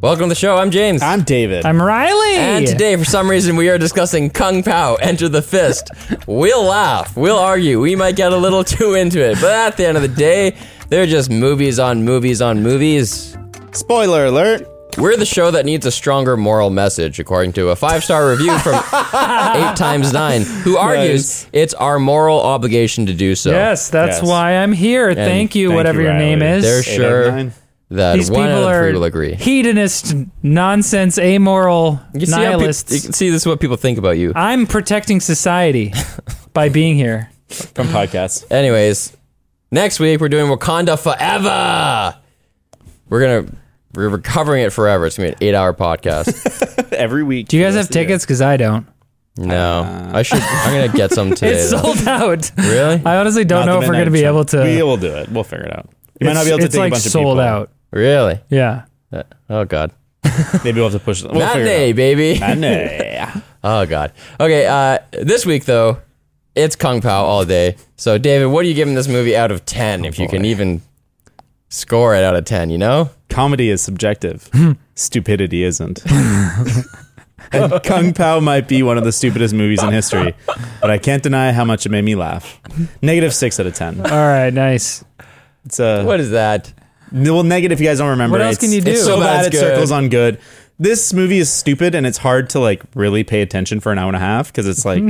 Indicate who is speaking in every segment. Speaker 1: Welcome to the show. I'm James.
Speaker 2: I'm David.
Speaker 3: I'm Riley.
Speaker 1: and today, for some reason, we are discussing Kung Pao, Enter the Fist. we'll laugh, we'll argue, we might get a little too into it, but at the end of the day, they're just movies on movies on movies.
Speaker 2: Spoiler alert.
Speaker 1: We're the show that needs a stronger moral message, according to a five star review from 8 times 9, who argues it's our moral obligation to do so.
Speaker 3: yes, that's
Speaker 2: Yes.
Speaker 3: why I'm here. thank you,
Speaker 2: thank
Speaker 3: whatever
Speaker 2: you,
Speaker 3: your name
Speaker 2: Riley.
Speaker 3: is.
Speaker 1: They're
Speaker 2: Eight out of
Speaker 1: sure
Speaker 2: nine.
Speaker 1: that
Speaker 3: These
Speaker 1: one
Speaker 3: people
Speaker 1: out of
Speaker 3: are
Speaker 1: three will agree.
Speaker 3: hedonist, nonsense, amoral
Speaker 1: You see, how peop-
Speaker 3: nihilists.
Speaker 1: you can see this is what people think about you.
Speaker 3: I'm protecting society by being here.
Speaker 2: From podcasts.
Speaker 1: Anyways, next week we're doing Wakanda Forever. We're gonna we're recovering it forever. It's gonna be an eight-hour podcast.
Speaker 2: Every week.
Speaker 3: Do you guys have tickets? Because I don't.
Speaker 1: No, I should. I'm gonna get some today.
Speaker 3: It's
Speaker 1: though.
Speaker 3: sold out.
Speaker 1: really,
Speaker 3: I honestly don't know if we're going to be able to.
Speaker 2: We will do it. We'll figure it out. You might not be able to
Speaker 3: it's
Speaker 2: take
Speaker 3: like
Speaker 2: a bunch
Speaker 3: sold
Speaker 2: of people.
Speaker 3: out.
Speaker 1: really.
Speaker 3: Yeah.
Speaker 1: Uh, Oh God,
Speaker 2: Maybe we'll have to push it. We'll figure it
Speaker 1: matinee, baby.
Speaker 2: out. Matinee.
Speaker 1: Oh God. Okay. Uh, this week though, it's Kung Pao all day. So David, what are you giving this movie out of
Speaker 2: Oh,
Speaker 1: ten? if you can even score it out of ten, you know.
Speaker 2: Comedy is subjective. Stupidity isn't. and Kung Pao might be one of the stupidest movies in history, but I can't deny how much it made me laugh. Negative six out of ten.
Speaker 3: All right. Nice.
Speaker 2: It's a
Speaker 1: What is that?
Speaker 2: well negative. If you guys don't remember,
Speaker 3: What else
Speaker 2: it's-
Speaker 3: can you do?
Speaker 2: It's so,
Speaker 1: So
Speaker 2: bad
Speaker 1: bad
Speaker 2: it
Speaker 1: it's good.
Speaker 2: circles on good. This movie is stupid, and it's hard to like really pay attention for an hour and a half because it's like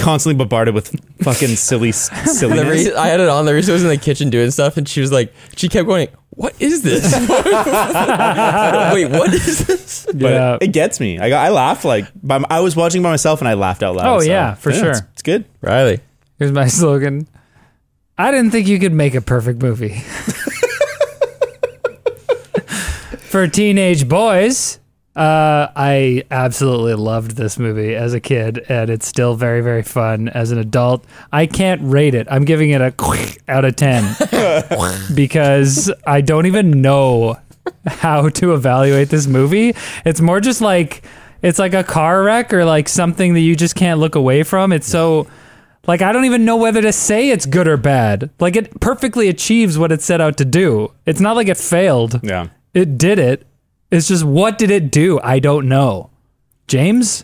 Speaker 2: constantly bombarded with fucking silly s-
Speaker 1: The
Speaker 2: silliness.
Speaker 1: re- I had it on. The reason I was in the kitchen doing stuff, and she was like, she kept going, "What is this? Wait, what is this?"
Speaker 2: but it-
Speaker 3: Yeah.
Speaker 2: it, gets me. I got, I laughed like by, m- I was watching by myself, and I laughed out loud.
Speaker 3: Oh,
Speaker 2: so,
Speaker 3: yeah, for sure.
Speaker 2: It's, it's good.
Speaker 1: Riley,
Speaker 3: Here's my slogan. I didn't think you could make a perfect movie. For teenage boys, uh, I absolutely loved this movie as a kid, and it's still very, very fun as an adult. I can't rate it. I'm giving it a out of 10 because I don't even know how to evaluate this movie. It's more just like it's like a car wreck or like something that you just can't look away from. It's so like I don't even know whether to say it's good or bad. Like it perfectly achieves what it set out to do. It's not like it failed.
Speaker 2: Yeah.
Speaker 3: It did it. It's just what did it do? I don't know. James,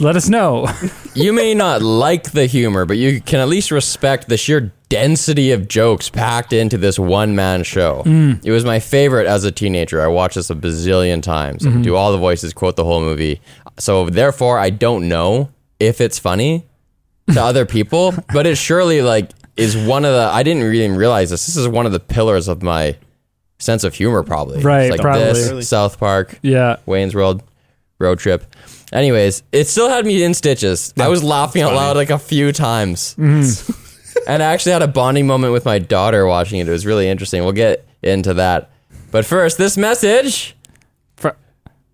Speaker 3: let us know.
Speaker 1: you may not like the humor, but you can at least respect the sheer density of jokes packed into this one-man show.
Speaker 3: Mm.
Speaker 1: It was my favorite as a teenager. I watched this a bazillion times.
Speaker 3: Mm-hmm.
Speaker 1: I do all the voices, quote the whole movie. So therefore, I don't know if it's funny to other people, but it surely like is one of the. I didn't really realize this. This is one of the pillars of my sense of humor, probably. It's
Speaker 3: Right,
Speaker 1: like
Speaker 3: probably.
Speaker 1: This, South Park.
Speaker 3: yeah.
Speaker 1: Wayne's World road trip. Anyways, it still had me in stitches. I was laughing out loud like a few times. and I actually had a bonding moment with my daughter watching it. It was really interesting. We'll get into that. But first, this message.
Speaker 3: For,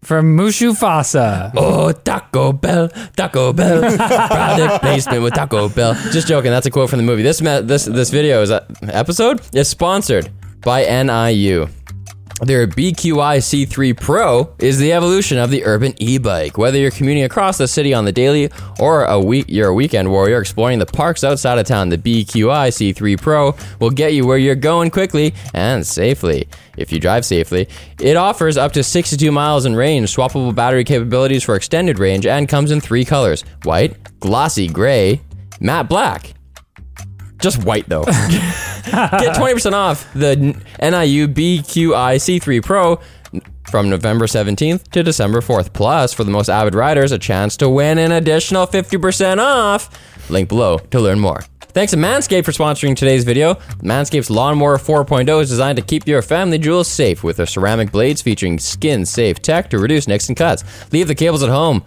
Speaker 3: from Mushu Fasa.
Speaker 1: Oh, Taco Bell, Taco Bell, product placement with Taco Bell. Just joking. That's a quote from the movie. This ma- this this video is uh, episode is sponsored by NIU. Their BQI C3 Pro is the evolution of the urban e-bike. Whether you're commuting across the city on the daily or a week you're a weekend warrior exploring the parks outside of town, the BQI C3 Pro will get you where you're going quickly and safely. If you drive safely, it offers up to 62 miles in range, swappable battery capabilities for extended range, and comes in three colors: white, glossy gray, matte black. Just white though. Get 20% off the NIU BQI C3 Pro from November 17th to December 4th. Plus, for the most avid riders, a chance to win an additional 50% off. Link below to learn more. Thanks to Manscaped for sponsoring today's video. Manscaped's Lawnmower 4.0 is designed to keep your family jewels safe with their ceramic blades featuring skin safe tech to reduce nicks and cuts. Leave the cables at home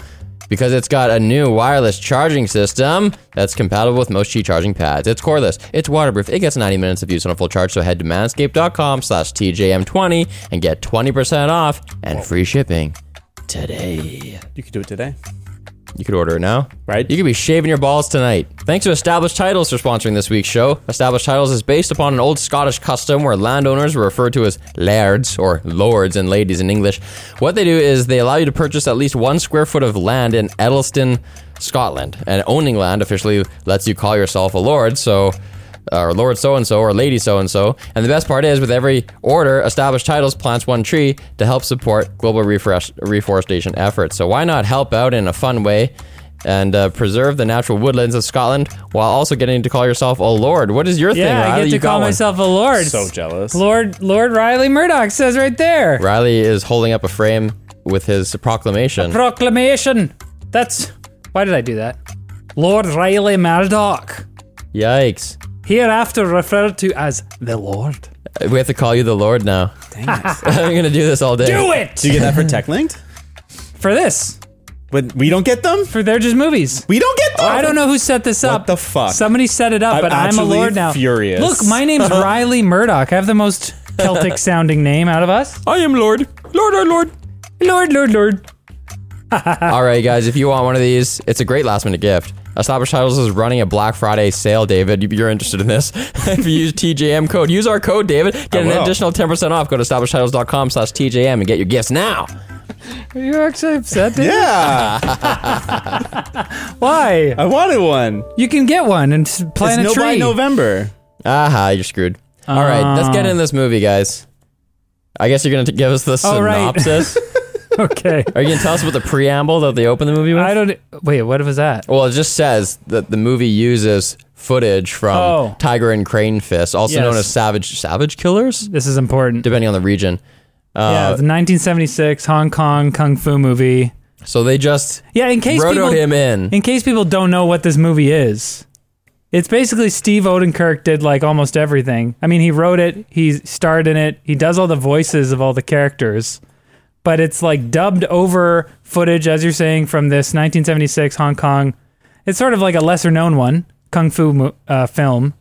Speaker 1: because it's got a new wireless charging system that's compatible with most Qi charging pads. It's cordless, it's waterproof, it gets 90 minutes of use on a full charge, so head to manscaped.com slash TJM20 and get 20% off and free shipping today.
Speaker 2: You could do it today.
Speaker 1: You could order it now.
Speaker 2: Right.
Speaker 1: You could be shaving your balls tonight. Thanks to Established Titles for sponsoring this week's show. Established Titles is based upon an old Scottish custom where landowners were referred to as lairds or lords and ladies in English. What they do is they allow you to purchase at least one square foot of land in Edelston, Scotland. And owning land officially lets you call yourself a lord, so or Lord so and so or Lady so and so. And the best part is, with every order, established titles plants one tree to help support global refresh, reforestation efforts. So why not help out in a fun way? And uh, preserve the natural woodlands of Scotland while also getting to call yourself a lord. What is your thing,
Speaker 3: Yeah,
Speaker 1: Riley?
Speaker 3: I get
Speaker 1: you
Speaker 3: to
Speaker 1: got
Speaker 3: call
Speaker 1: one.
Speaker 3: myself a lord.
Speaker 2: So jealous.
Speaker 3: Lord Lord Riley Murdoch says right there.
Speaker 1: Riley is holding up a frame with his proclamation.
Speaker 3: Proclamation. That's why did I do that? Lord Riley Murdoch,
Speaker 1: Yikes.
Speaker 3: hereafter referred to as the Lord.
Speaker 1: We have to call you the Lord now. I'm going to do this all day.
Speaker 3: Do it
Speaker 2: Do you get that for tech linked?
Speaker 3: for this
Speaker 2: But we don't get them.
Speaker 3: for they're just movies.
Speaker 2: We don't get them.
Speaker 3: I don't know who set this
Speaker 2: What
Speaker 3: up.
Speaker 2: the fuck?
Speaker 3: Somebody set it up,
Speaker 2: I'm
Speaker 3: but I'm a
Speaker 2: actually
Speaker 3: lord now.
Speaker 2: furious. Uh-huh.
Speaker 3: Look, my name's Riley Murdoch. I have the most Celtic sounding name out of us.
Speaker 2: Oh,
Speaker 1: I am Lord. Lord, our Lord.
Speaker 3: Lord, Lord, Lord.
Speaker 1: All right, guys, if you want one of these, it's a great last minute gift. Established Titles is running a Black Friday sale, David. You- You're interested in this. if you use TJM code, use our code, David. Get an
Speaker 2: will.
Speaker 1: additional 10% off. Go to establishedtitles.com slash TJM and get your gifts now.
Speaker 3: Are you actually upset? dude?
Speaker 2: Yeah,
Speaker 3: Why?
Speaker 2: I wanted one.
Speaker 3: You can get one and s-
Speaker 2: It's
Speaker 3: plant
Speaker 2: no
Speaker 3: a
Speaker 2: by
Speaker 3: tree.
Speaker 2: November.
Speaker 1: Aha, you're screwed. All right, let's get in
Speaker 3: Ah.
Speaker 1: this movie, guys. I guess you're going to give us the
Speaker 3: All right.
Speaker 1: synopsis.
Speaker 3: okay.
Speaker 1: Are you going to tell us about the preamble that they open the movie with?
Speaker 3: I don't. e, Wait, what was that?
Speaker 1: Well, it just says that the movie uses footage from
Speaker 3: Oh.
Speaker 1: Tiger and Crane Fist, also known
Speaker 3: Yes.
Speaker 1: as Savage Savage Killers,
Speaker 3: This is important.
Speaker 1: depending on the region.
Speaker 3: yeah, the
Speaker 1: Uh,
Speaker 3: 1976 Hong Kong kung fu movie.
Speaker 1: So they just
Speaker 3: Yeah, in case
Speaker 1: rotoed
Speaker 3: people
Speaker 1: him in.
Speaker 3: in case people don't know what this movie is, it's basically Steve Odenkirk did like almost everything. I mean, he wrote it, he starred in it, he does all the voices of all the characters, but it's like dubbed over footage, as you're saying, from this 1976 Hong Kong. It's sort of like a lesser known one, kung fu mo- uh, film,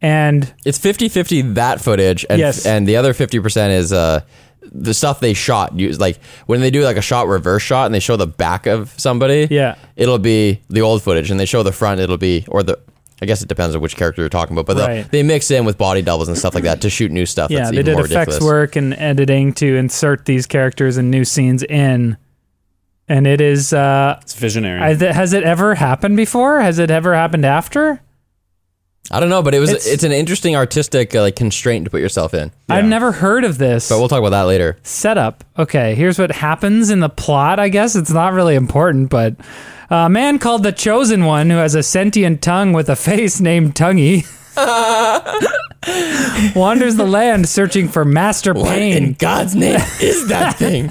Speaker 3: and
Speaker 1: It's 50-50 that footage, and
Speaker 3: Yes.
Speaker 1: and the other fifty percent is uh the stuff they shot. Use like when they do like a shot reverse shot and they show the back of somebody.
Speaker 3: Yeah.
Speaker 1: it'll be the old footage, and they show the front. It'll be or the. I guess it depends on which character you're talking about, but they'll-
Speaker 3: Right.
Speaker 1: they mix in with body doubles and stuff like that to shoot new stuff.
Speaker 3: yeah,
Speaker 1: that's
Speaker 3: they
Speaker 1: even
Speaker 3: did
Speaker 1: more
Speaker 3: effects
Speaker 1: ridiculous.
Speaker 3: work and editing to insert these characters and new scenes in. And it is uh
Speaker 2: It's visionary.
Speaker 3: I- th- has it ever happened before? Has it ever happened after?
Speaker 1: I don't know, but it was it's,
Speaker 3: It's-
Speaker 1: an interesting artistic uh, like constraint to put yourself in.
Speaker 3: I've never heard of this
Speaker 1: But we'll talk about that later.
Speaker 3: setup. Okay, here's what happens in the plot. I guess it's not really important, but a man called the Chosen One, who has a sentient tongue with a face named Tonguey, wanders the land searching for Master Pain.
Speaker 1: God's name is that thing?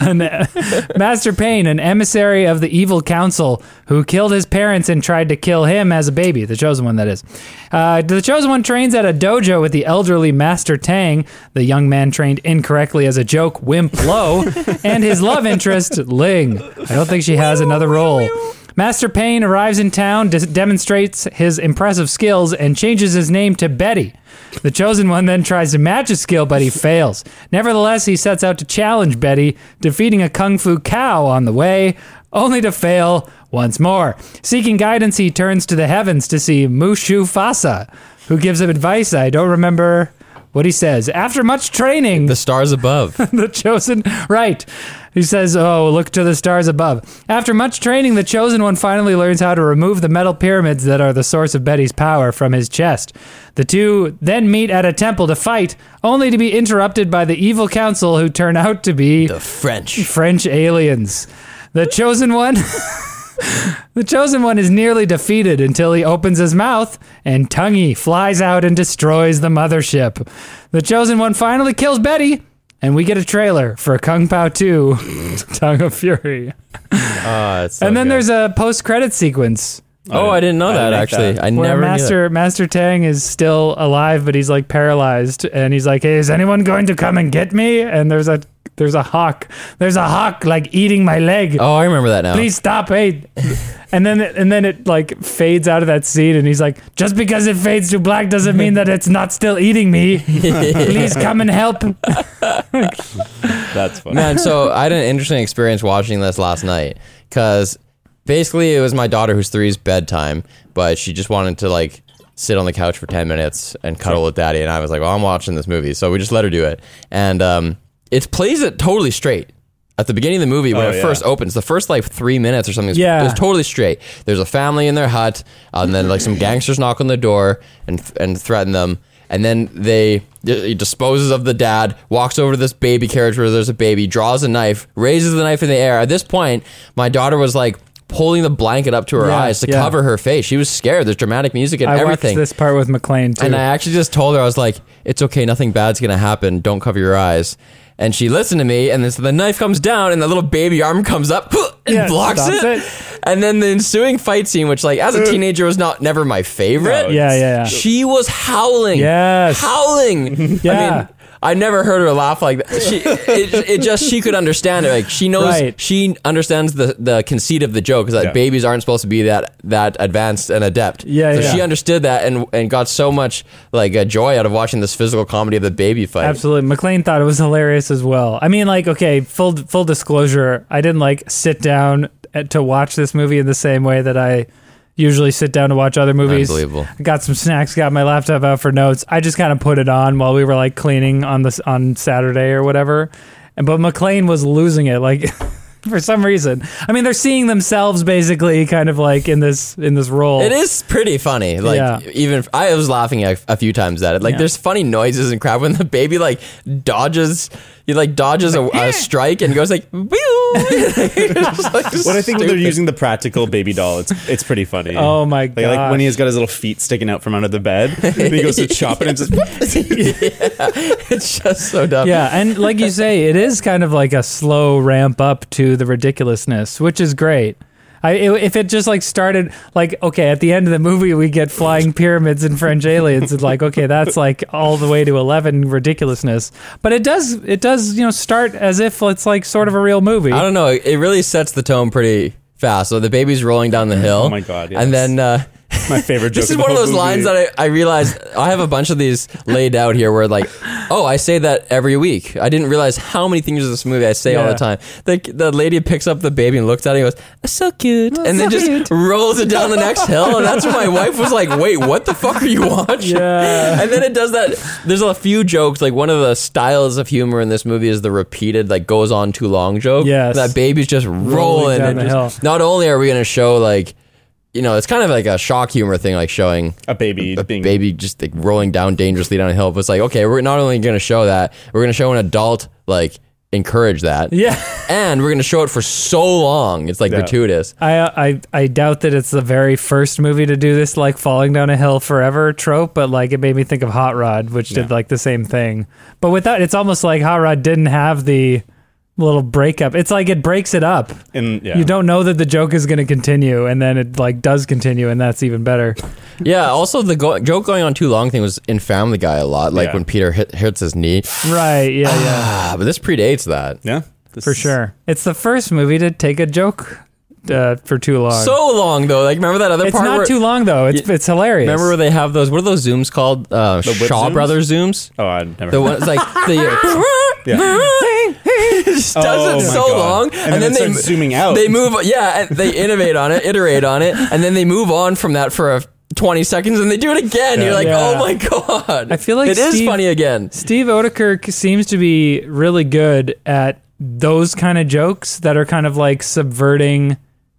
Speaker 3: an- Master Payne, an emissary of the evil council who killed his parents and tried to kill him as a baby, the chosen one, that is. Uh, the chosen one trains at a dojo with the elderly Master Tang, the young man trained incorrectly as a joke, Wimp Lo, and his love interest, Ling. I don't think she has another role. Master Payne arrives in town, dis- demonstrates his impressive skills, and changes his name to Betty. The chosen one then tries to match his skill, but he fails. Nevertheless, he sets out to challenge Betty, defeating a kung fu cow on the way, only to fail once more. Seeking guidance, he turns to the heavens to see Mushu Fasa, who gives him advice. I don't remember what he says. After much training,
Speaker 1: The stars above.
Speaker 3: the chosen right he says oh look to the stars above after much training the chosen one finally learns how to remove the metal pyramids that are the source of betty's power from his chest the two then meet at a temple to fight only to be interrupted by the evil council who turn out to be
Speaker 1: The French.
Speaker 3: French aliens. The chosen one. the chosen one is nearly defeated until he opens his mouth and Tonguey flies out and destroys the mothership. The chosen one finally kills Betty, and we get a trailer for Kung Pao 2 Tongue of Fury.
Speaker 1: Oh, it's so
Speaker 3: and then
Speaker 1: good.
Speaker 3: there's a post credit sequence
Speaker 1: Oh, I didn't know
Speaker 2: I
Speaker 1: that
Speaker 2: like
Speaker 1: actually.
Speaker 2: that.
Speaker 1: I
Speaker 3: where
Speaker 1: never knew
Speaker 3: Master Master Tang is still alive, but he's like paralyzed, and he's like, "Hey, is anyone going to come and get me?" And there's a there's a hawk, there's a hawk like eating my leg.
Speaker 1: that. Oh, I remember that now.
Speaker 3: please stop hey and then and then it like fades out of that scene and he's like just because it fades to black doesn't mean that it's not still eating me please come and help
Speaker 2: That's funny.
Speaker 1: Man, so I had an interesting experience watching this last night because basically it was my daughter who's three's bedtime, but she just wanted to like sit on the couch for 10 minutes and cuddle with daddy. And I was like, well, I'm watching this movie. So we just let her do it. And um, it plays it totally straight. at the beginning of the movie when
Speaker 2: Oh,
Speaker 1: it
Speaker 2: yeah.
Speaker 1: first opens. The first like three minutes or something is
Speaker 3: Yeah.
Speaker 1: is totally straight. There's a family in their hut, uh, and then like some gangsters knock on the door and and threaten them. And then they uh, he disposes of the dad, walks over to this baby carriage where there's a baby, draws a knife, raises the knife in the air. At this point, my daughter was like pulling the blanket up to her
Speaker 3: Yeah,
Speaker 1: eyes to
Speaker 3: yeah.
Speaker 1: cover her face. She was scared. There's dramatic music and
Speaker 3: I
Speaker 1: everything.
Speaker 3: watched this part with McLean too.
Speaker 1: And I actually just told her, I was like, it's okay, nothing bad's gonna happen. Don't cover your eyes. And she listened to me, and then so the knife comes down, and the little baby arm comes up and
Speaker 3: Yeah,
Speaker 1: blocks
Speaker 3: stops
Speaker 1: it.
Speaker 3: it. Uh.
Speaker 1: And then the ensuing fight scene, which, like, as a teenager, was not never my favorite.
Speaker 3: yeah, yeah, yeah.
Speaker 1: She was howling.
Speaker 3: Yes.
Speaker 1: Howling. I
Speaker 3: Yeah.
Speaker 1: mean, I never heard her laugh like that. She, it, it just she could understand it. Like she knows,
Speaker 3: Right.
Speaker 1: she understands the, the conceit of the joke is that
Speaker 2: Yeah.
Speaker 1: babies aren't supposed to be that that advanced and adept.
Speaker 3: Yeah,
Speaker 1: so
Speaker 3: yeah.
Speaker 1: she understood that and and got so much like uh, joy out of watching this physical comedy of the baby fight.
Speaker 3: Absolutely. McLean thought it was hilarious as well. I mean, like, okay, full full disclosure, I didn't like sit down at- to watch this movie in the same way that I usually sit down to watch other movies.
Speaker 1: Unbelievable.
Speaker 3: I got some snacks, got my laptop out for notes. I just kind of put it on while we were like cleaning on this on Saturday or whatever. And but McLean was losing it like for some reason. I mean, they're seeing themselves basically kind of like in this in this role.
Speaker 1: It is pretty funny. Like
Speaker 3: Yeah.
Speaker 1: even if- I was laughing a, a few times at it. Like
Speaker 3: Yeah.
Speaker 1: there's funny noises and crap when the baby like dodges. He like dodges a, a strike and goes like. "Whew." It's like
Speaker 2: What I think when they're
Speaker 1: stupid.
Speaker 2: using the practical baby doll, it's it's pretty funny.
Speaker 3: Oh my
Speaker 2: Like, like when
Speaker 3: gosh.
Speaker 2: he's got his little feet sticking out from under the bed, and he goes to chop it and just
Speaker 1: it's just so dumb.
Speaker 3: yeah, and like you say, it is kind of like a slow ramp up to the ridiculousness, which is great. I, i- if it just like started like okay at the end of the movie we get flying pyramids and French aliens and like okay that's like all the way to eleven ridiculousness but it does it does you know start as if it's like sort of a real movie
Speaker 1: I don't know. It really sets the tone pretty fast. So the baby's rolling down the hill.
Speaker 2: Oh my God, yes.
Speaker 1: And then uh,
Speaker 2: my favorite joke.
Speaker 1: this is one of those lines that I, I realized I have a bunch of these laid out here where like, oh, I say that every week. I didn't realize how many things in this movie I say all
Speaker 3: Yeah.
Speaker 1: the time. The, the lady picks up the baby and looks at it and goes, "That's so cute. and then
Speaker 3: so
Speaker 1: just
Speaker 3: cute.
Speaker 1: rolls it down the next hill. And that's when my wife was like, wait, what the fuck are you watching?
Speaker 3: Yeah.
Speaker 1: And then it does that. There's a few jokes. Like one of the styles of humor in this movie is the repeated, like goes on too long joke.
Speaker 3: Yes.
Speaker 1: That baby's just rolling.
Speaker 3: down
Speaker 1: and
Speaker 3: the
Speaker 1: just-
Speaker 3: hill.
Speaker 1: Not only are we going to show like, you know, it's kind of like a shock humor thing, like showing
Speaker 2: a baby
Speaker 1: a
Speaker 2: being
Speaker 1: baby just like rolling down dangerously down a hill. But it's like, okay, we're not only going to show that, we're going to show an adult like encourage that.
Speaker 3: yeah
Speaker 1: And we're going to show it for so long. It's like
Speaker 2: Yeah.
Speaker 1: gratuitous.
Speaker 3: I, I I doubt that it's the very first movie to do this like falling down a hill forever trope, but like it made me think of Hot Rod, which did
Speaker 2: Yeah.
Speaker 3: like the same thing. But with that, it's almost like Hot Rod didn't have the little breakup. It's like it breaks it up.
Speaker 2: and yeah.
Speaker 3: You don't know that the joke is going to continue, and then it like does continue, and that's even better.
Speaker 1: Yeah. Also, the go- joke going on too long thing was in Family Guy a lot, like
Speaker 2: Yeah.
Speaker 1: when Peter hit- hurts his knee.
Speaker 3: right? Yeah, yeah,
Speaker 1: Ah, but this predates that.
Speaker 2: yeah This
Speaker 3: for
Speaker 2: is-
Speaker 3: sure. It's the first movie to take a joke uh, for too long.
Speaker 1: So long though. Like remember that other
Speaker 3: it's
Speaker 1: part?
Speaker 3: not
Speaker 1: where,
Speaker 3: too long though. It's it's hilarious.
Speaker 1: Remember where they have those? What are those zooms called? Uh,
Speaker 2: whip
Speaker 1: Shaw
Speaker 2: zooms?
Speaker 1: Brothers zooms.
Speaker 2: Oh, I never.
Speaker 1: The one it's like the.
Speaker 2: yeah.
Speaker 1: it just does
Speaker 2: Oh
Speaker 1: it
Speaker 2: my
Speaker 1: so
Speaker 2: God.
Speaker 1: long,
Speaker 2: And then it starts
Speaker 1: mo-
Speaker 2: zooming out.
Speaker 1: They move, yeah, and they innovate on it, iterate on it, and then they move on from that for a 20 seconds, and they do it again. You're like,
Speaker 3: Yeah.
Speaker 1: oh my god!
Speaker 3: I feel like
Speaker 1: it is
Speaker 3: Steve-
Speaker 1: funny again.
Speaker 3: Steve Odekirk seems to be really good at those kind of jokes that are kind of like subverting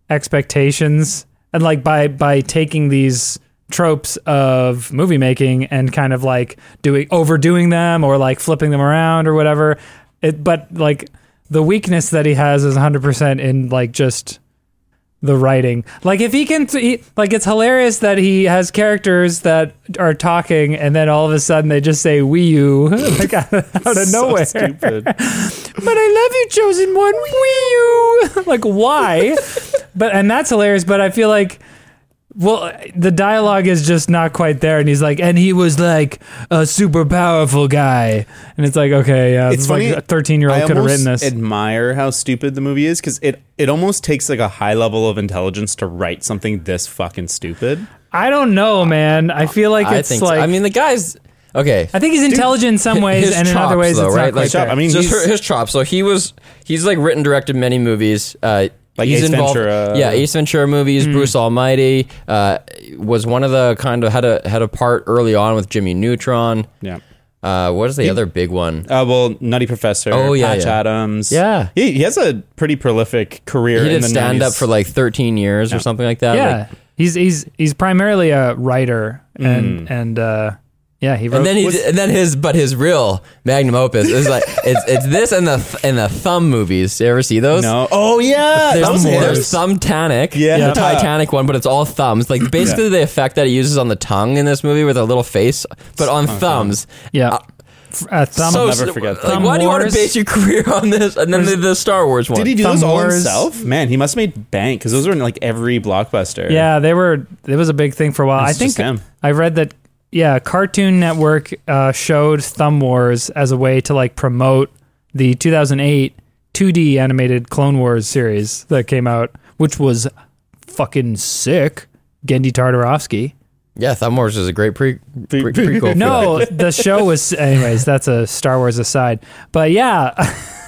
Speaker 3: expectations and like by by taking these tropes of movie making and kind of like doing overdoing them or like flipping them around or whatever it but like the weakness that he has is 100% in like just the writing. Like if he can, he, like it's hilarious that he has characters that are talking, and then all of a sudden they just say "we you" like out of nowhere.
Speaker 2: Stupid.
Speaker 3: But I love you, chosen one. We you. like why? but and that's hilarious. But I feel like. Well, the dialogue is just not quite there, and he's like, and he was like a super powerful guy, and it's like, okay, yeah,
Speaker 2: It's funny.
Speaker 3: like a thirteen-year-old
Speaker 2: I
Speaker 3: could have
Speaker 2: almost
Speaker 3: written this.
Speaker 2: Admire how stupid the movie is because it it almost takes like a high level of intelligence to write something this fucking stupid.
Speaker 3: I don't know, man. I feel like
Speaker 1: I
Speaker 3: it's
Speaker 1: think. so.
Speaker 3: like
Speaker 1: I mean, the guys. Okay,
Speaker 3: I think he's intelligent in some
Speaker 1: hi-
Speaker 3: ways,
Speaker 1: his
Speaker 3: and in other
Speaker 1: chops,
Speaker 3: ways,
Speaker 1: though,
Speaker 3: it's
Speaker 1: right?
Speaker 3: not quite
Speaker 1: Like,
Speaker 3: there.
Speaker 2: I mean,
Speaker 1: just
Speaker 2: he's-
Speaker 1: her- his chops. So he was he's like written directed many movies. Uh,
Speaker 2: Like
Speaker 1: he's
Speaker 2: Ace
Speaker 1: involved,
Speaker 2: Ventura. uh,
Speaker 1: yeah, Ace Ventura
Speaker 3: Hmm.
Speaker 1: movies. Bruce Almighty uh, was one of the kind of had a had a part early on with Jimmy Neutron.
Speaker 2: Yeah.
Speaker 1: Uh, what is the other big one?
Speaker 2: Uh, well, Nutty Professor.
Speaker 1: Oh, yeah,
Speaker 2: Patch
Speaker 1: yeah.
Speaker 2: Adams.
Speaker 1: Yeah.
Speaker 2: he, he has a pretty prolific career.
Speaker 1: He
Speaker 2: in
Speaker 1: did
Speaker 2: the
Speaker 1: stand
Speaker 2: 90s.
Speaker 1: up for like 13 years or something like that.
Speaker 3: yeah,
Speaker 1: like-
Speaker 3: he's he's he's primarily a writer and and uh, yeah, he wrote.
Speaker 1: Mm. and then he,
Speaker 3: was-
Speaker 1: and then his, but his real magnum opus is like it's it's this and the th- and the thumb movies. You ever see those?
Speaker 2: No. Oh yeah,
Speaker 1: There's,
Speaker 2: that was
Speaker 1: more.
Speaker 2: his.
Speaker 1: there's Thumbtanic,
Speaker 2: Yeah.
Speaker 1: the Titanic one, but it's all thumbs. Like basically the effect that it uses on the tongue in this movie with a little face, but on thumbs.
Speaker 3: yeah,
Speaker 1: uh,
Speaker 3: F- uh, thumb,
Speaker 1: So
Speaker 2: never
Speaker 1: s-
Speaker 2: forget that.
Speaker 1: Like,
Speaker 3: Thumb
Speaker 1: why do you want to
Speaker 3: Wars.
Speaker 1: base your career on this? And then the, the Star Wars one.
Speaker 2: Did he do
Speaker 3: Thumb
Speaker 2: those all
Speaker 3: Wars.
Speaker 2: himself? Man, he must have made bank because those were in like every blockbuster.
Speaker 3: yeah, they were. It was a big thing for a while.
Speaker 2: It's
Speaker 3: I think
Speaker 2: just him.
Speaker 3: I read that. Yeah, Cartoon Network uh, showed Thumb Wars as a way to like promote the 2008 2D animated Clone Wars series that came out, which was fucking sick. Gendy Tartarovsky.
Speaker 1: Yeah, Thumb Wars is a great pre, pre,
Speaker 2: Pre-
Speaker 1: prequel. for that.
Speaker 3: No, the show was anyways, that's a Star Wars aside. But yeah,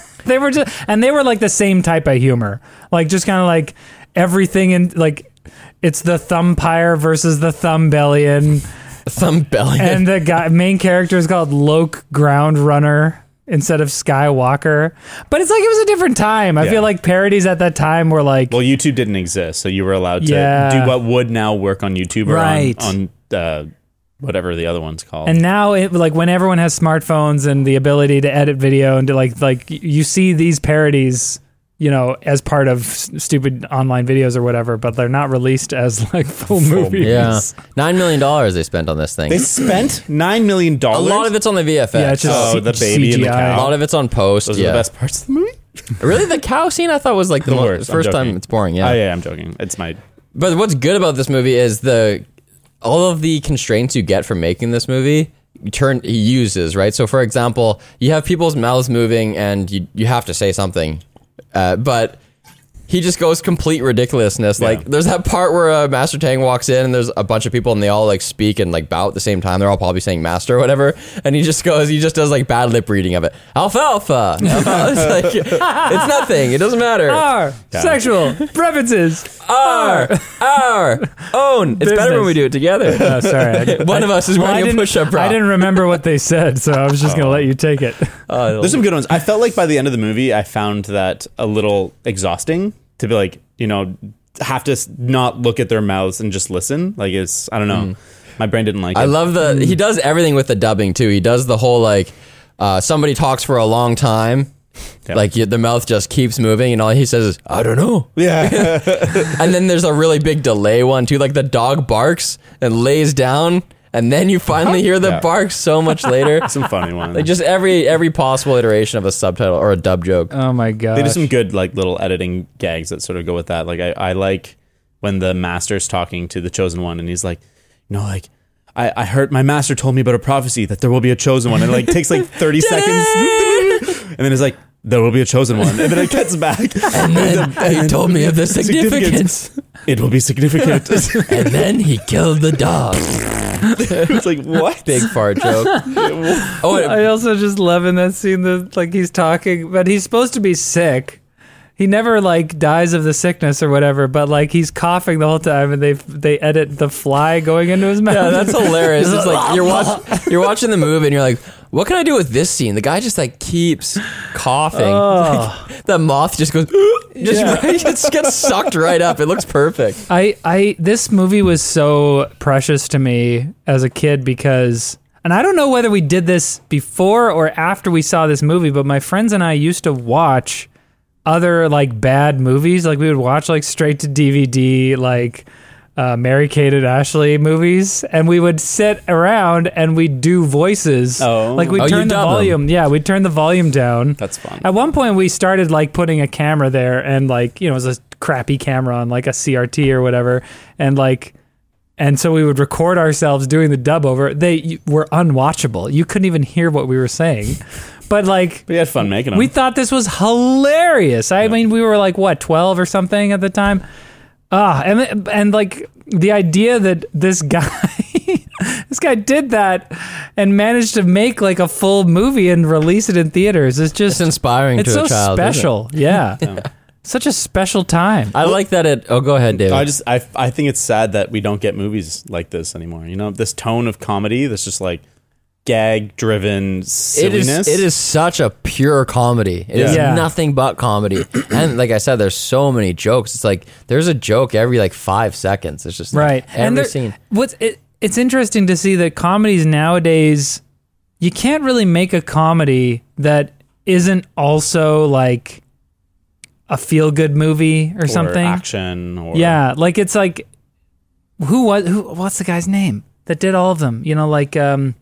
Speaker 3: they were just and they were like the same type of humor. Like just kind of like everything in like it's the thumbpire versus the thumbbellion
Speaker 1: Thumb Bellion.
Speaker 3: and the guy main character is called Loke Ground Runner instead of Skywalker. But it's like it was a different time. I
Speaker 2: Yeah.
Speaker 3: feel like parodies at that time were like
Speaker 2: Well, YouTube didn't exist, so you were allowed to
Speaker 3: Yeah.
Speaker 2: do what would now work on YouTube or
Speaker 3: Right.
Speaker 2: on, on uh, whatever the other one's called.
Speaker 3: And now, it, like when everyone has smartphones and the ability to edit video and to like like y- you see these parodies, you know, as part of s- stupid online videos or whatever, but they're not released as like full, movies.
Speaker 1: yeah, nine million dollars they spent on this thing.
Speaker 2: they spent nine million
Speaker 1: a
Speaker 2: dollars.
Speaker 1: lot of it's on the VFX.
Speaker 3: Yeah, it's just
Speaker 2: Oh,
Speaker 3: C-
Speaker 2: the baby and the
Speaker 3: CGI.
Speaker 1: a
Speaker 2: cow.
Speaker 1: lot of it's on post.
Speaker 2: those
Speaker 1: yeah,
Speaker 2: are the best parts of the movie.
Speaker 1: really, the cow scene I thought was like the,
Speaker 2: The
Speaker 1: mo-
Speaker 2: worst, I'm
Speaker 1: first time.
Speaker 2: joking.
Speaker 1: It's boring. Yeah,
Speaker 2: Oh yeah, I'm joking. It's my
Speaker 1: But what's good about this movie is the all of the constraints you get from making this movie turn he uses right. So for example, you have people's mouths moving and you you have to say something, uh, but. He just goes complete ridiculousness. Like
Speaker 2: Yeah.
Speaker 1: there's that part where uh, Master Tang walks in and there's a bunch of people and they all like speak and like bow at the same time. They're all probably saying Master or whatever, and he just goes, he just does like bad lip reading of it. Alfalfa. Alfalfa. it's, like, it's nothing. It doesn't matter.
Speaker 3: R sexual preferences.
Speaker 1: Our, our own. It's better when
Speaker 3: Business.
Speaker 1: we do it together.
Speaker 3: Oh, sorry. I,
Speaker 1: One of us is
Speaker 3: I
Speaker 1: wearing a
Speaker 3: didn't,
Speaker 1: push-up bra.
Speaker 3: I didn't remember what they said, so I was just
Speaker 2: Oh.
Speaker 3: gonna let you take it.
Speaker 1: Uh,
Speaker 2: There's some good ones. I felt like by the end of the movie, I found that a little exhausting to be like, you know, have to s- not look at their mouths and just listen. Like it's, I don't know. My brain didn't like
Speaker 1: I
Speaker 2: it.
Speaker 1: love the. He does everything with the dubbing too. He does the whole like, uh, somebody talks for a long time.
Speaker 2: Yeah.
Speaker 1: Like you, the mouth just keeps moving, and all he says is, "I don't know."
Speaker 2: yeah.
Speaker 1: And then there's a really big delay one too. Like the dog barks and lays down, and then you finally hear the
Speaker 2: Yeah.
Speaker 1: bark so much later.
Speaker 2: some funny ones.
Speaker 1: like just every every possible iteration of a subtitle or a dub joke.
Speaker 3: Oh my god.
Speaker 2: they do some good like little editing gags that sort of go with that. Like I, I like when the master's talking to the chosen one and he's like, you know, like I, I heard my master told me about a prophecy that there will be a chosen one. And it like takes like 30 seconds. and then it's like, there will be a chosen one. And then it cuts back.
Speaker 1: And then he told me of the significance.
Speaker 2: it will be significant. it's
Speaker 1: and then he killed the dog.
Speaker 2: like, what?
Speaker 1: Big fart joke. oh, and-
Speaker 3: I also just love in that scene that like he's talking, but he's supposed to be sick. He never like dies of the sickness or whatever, but like he's coughing the whole time, and they they edit the fly going into his mouth.
Speaker 1: yeah, that's hilarious. It's like you're watch, you're watching the movie and you're like, what can I do with this scene? The guy just like keeps coughing.
Speaker 3: Oh.
Speaker 1: the moth just goes, just right, just gets sucked right up. It looks perfect.
Speaker 3: I I this movie was so precious to me as a kid because, and I don't know whether we did this before or after we saw this movie, but my friends and I used to watch other like bad movies. Like we would watch like straight to DVD, like uh, Mary Kate and Ashley movies, and we would sit around and we'd do voices.
Speaker 2: Oh.
Speaker 3: like we
Speaker 1: Oh,
Speaker 3: would
Speaker 1: you
Speaker 3: turn the
Speaker 1: dub 'em.
Speaker 3: volume. Yeah, we would turn the volume down.
Speaker 2: That's fun.
Speaker 3: At one point, we started like putting a camera there, and like you know, it was a crappy camera on like a CRT or whatever, and like. And so we would record ourselves doing the dub over. They y- were unwatchable. You couldn't even hear what we were saying. But like
Speaker 2: We had fun making them.
Speaker 1: Um,
Speaker 3: we thought this was hilarious. I mean, we were like what twelve or something at the time. Ah, and and like the idea that this guy, this guy did that and managed to make like a full movie and release it in theaters is
Speaker 1: It's
Speaker 3: just
Speaker 1: inspiring
Speaker 3: it's
Speaker 1: to
Speaker 3: so
Speaker 1: a child. isn't it?
Speaker 3: special. Yeah, such a special time.
Speaker 1: I like that. It. Oh, go ahead, David.
Speaker 2: I just I, I think it's sad that we don't get movies like this anymore. You know, this tone of comedy that's just like gag driven
Speaker 1: It is,
Speaker 2: silliness.
Speaker 1: it is such a pure comedy. It is
Speaker 3: Yeah. Yeah.
Speaker 1: nothing but comedy. and like I said, there's so many jokes. It's like there's a joke every like five seconds. It's just like,
Speaker 3: right
Speaker 1: every
Speaker 3: there-
Speaker 1: scene.
Speaker 3: what's it, it's interesting to see that comedies nowadays you can't really make a comedy that isn't also like a feel good movie or,
Speaker 2: or
Speaker 3: something
Speaker 2: action or
Speaker 3: yeah like it's like who was who what's the guy's name that did all of them you know like um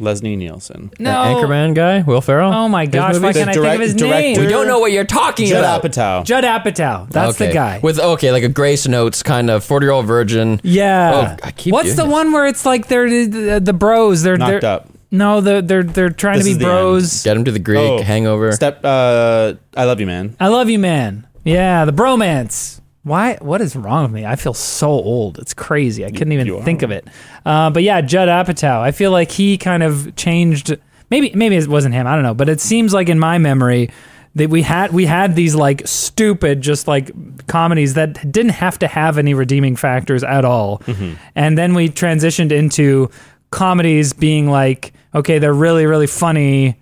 Speaker 2: Leslie Nielsen.
Speaker 3: no
Speaker 4: Anchorman guy, Will Ferrell.
Speaker 3: oh my gosh why
Speaker 2: movies?
Speaker 3: can't i think of his
Speaker 2: Direct-
Speaker 3: name
Speaker 1: We
Speaker 2: director-
Speaker 1: don't know what you're talking
Speaker 2: Judd
Speaker 1: about.
Speaker 2: Apatow.
Speaker 3: judd apatow that's
Speaker 1: Okay.
Speaker 3: the guy
Speaker 1: with okay, like a Grace Notes kind of forty year old virgin.
Speaker 3: yeah
Speaker 1: Oh, I keep
Speaker 3: what's
Speaker 1: doing
Speaker 3: the
Speaker 1: this.
Speaker 3: one where it's like they're the, the bros they're
Speaker 2: Knocked
Speaker 3: they're,
Speaker 2: up.
Speaker 3: No, they're they're they're trying
Speaker 2: This
Speaker 3: to
Speaker 2: is
Speaker 3: be
Speaker 2: the
Speaker 3: bros.
Speaker 1: Get him to the Greek
Speaker 2: Oh.
Speaker 1: hangover.
Speaker 2: Step. Uh, I love you, man.
Speaker 3: I love you, man. Yeah, the bromance. Why? What is wrong with me? I feel so old. It's crazy. I couldn't
Speaker 2: you
Speaker 3: even
Speaker 2: are
Speaker 3: think of it. Uh, but yeah, Judd Apatow. I feel like he kind of changed. Maybe maybe it wasn't him. I don't know. But it seems like in my memory that we had we had these like stupid just like comedies that didn't have to have any redeeming factors at all.
Speaker 2: Mm-hmm.
Speaker 3: And then we transitioned into comedies being like, okay, they're really really funny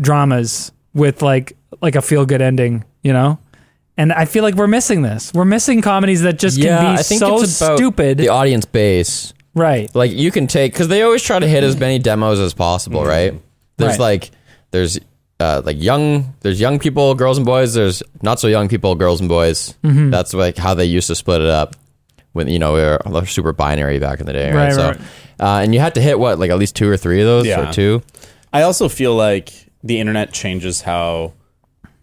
Speaker 3: dramas with like like a feel good ending, you know? And I feel like we're missing this. We're missing comedies that just can be so stupid.
Speaker 1: the audience base.
Speaker 3: right.
Speaker 1: Like you can take because they always try to hit as many demos as possible, Mm-hmm. right? There's
Speaker 3: Right.
Speaker 1: like there's uh, like young there's young people, girls and boys. There's not so young people, girls and boys. That's like how they used to split it up when you know we were, we were super binary back in the day, right?
Speaker 3: Right,
Speaker 1: so
Speaker 3: right.
Speaker 1: Uh, and you had to hit what like at least two or three of those
Speaker 2: Yeah.
Speaker 1: or two.
Speaker 2: I also feel like the internet changes how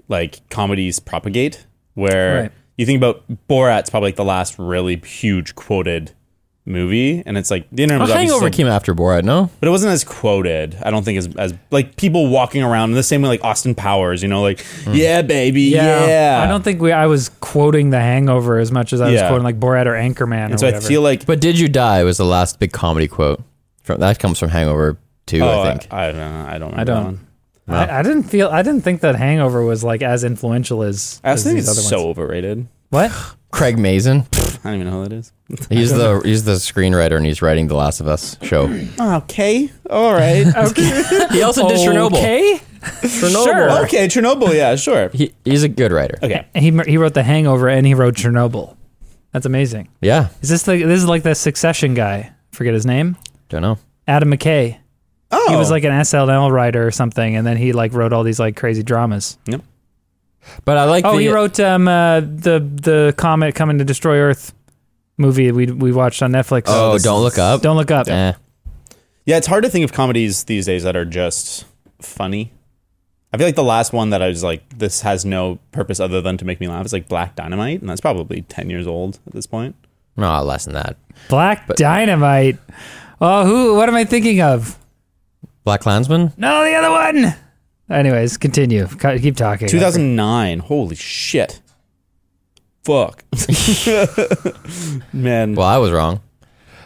Speaker 2: like comedies propagate. Where
Speaker 3: Right.
Speaker 2: you think about Borat's probably like the last really huge quoted movie, and it's like the internet
Speaker 1: Well,
Speaker 2: was obviously
Speaker 1: hangover came after Borat, no?
Speaker 2: but it wasn't as quoted. I don't think as as like people walking around in the same way like Austin Powers, you know, like yeah, baby, yeah.
Speaker 3: Hmm. I don't think we I was quoting The Hangover as much as I was
Speaker 2: Yeah.
Speaker 3: quoting like Borat or Anchorman or
Speaker 2: so I
Speaker 3: whatever.
Speaker 2: feel like
Speaker 1: But "Did You Die" was the last big comedy quote from that comes from Hangover Two,
Speaker 2: oh,
Speaker 1: I think.
Speaker 2: I, don't know. I don't. Remember
Speaker 3: I
Speaker 2: that
Speaker 3: don't.
Speaker 2: one.
Speaker 3: I, I didn't feel I didn't think that Hangover was like as influential as,
Speaker 2: I
Speaker 3: as
Speaker 2: also think
Speaker 3: these
Speaker 2: it's
Speaker 3: other
Speaker 2: so
Speaker 3: ones.
Speaker 2: overrated.
Speaker 3: What?
Speaker 1: Craig Mazin,
Speaker 2: I don't even know who that is.
Speaker 1: he's the he's the screenwriter and he's writing the Last of Us show.
Speaker 2: Okay, all right,
Speaker 1: He also did Chernobyl.
Speaker 3: Okay.
Speaker 1: Chernobyl.
Speaker 2: okay, Chernobyl. Yeah, sure.
Speaker 1: He, he's a good writer.
Speaker 2: Okay,
Speaker 3: He he wrote The Hangover and he wrote Chernobyl. That's amazing.
Speaker 1: Yeah.
Speaker 3: Is this like this is like the Succession guy? Forget his name.
Speaker 1: Don't know.
Speaker 3: Adam McKay.
Speaker 2: oh,
Speaker 3: He was like an SNL writer or something, and then he like wrote all these like crazy dramas.
Speaker 1: But I like
Speaker 3: Oh,
Speaker 1: the,
Speaker 3: he wrote um uh, the the comet coming to destroy Earth movie we we watched on Netflix.
Speaker 1: Oh, Don't Look Up.
Speaker 3: don't look up.
Speaker 1: Eh.
Speaker 2: yeah. It's hard to think of comedies these days that are just funny. I feel like the last one that I was like, this has no purpose other than to make me laugh. is like Black Dynamite, and that's probably ten years old at this point.
Speaker 1: No, less than that.
Speaker 3: Black Dynamite. Oh, who? What am I thinking of?
Speaker 1: Black Klansman?
Speaker 3: No, the other one. Anyways, continue. Co- Keep talking.
Speaker 2: 2009. Holy shit. Fuck. Man.
Speaker 1: Well, I was wrong.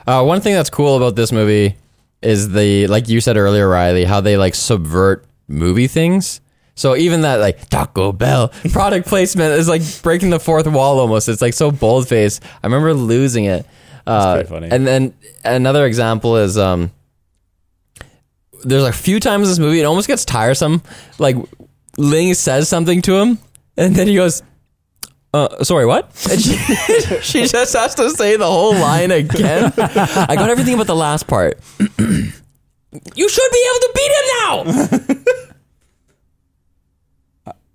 Speaker 1: Uh, one thing that's cool about this movie is the like you said earlier, Riley, how they like subvert movie things. So even that like Taco Bell product placement is like breaking the fourth wall almost. It's like so bold faced. I remember losing it. Uh,
Speaker 2: pretty funny.
Speaker 1: And then another example is um, there's a few times in this movie it almost gets tiresome. Like Ling says something to him, and then he goes, uh, "Sorry, what?" And she, she just has to say the whole line again. I got everything but the last part. you should be able to beat him now.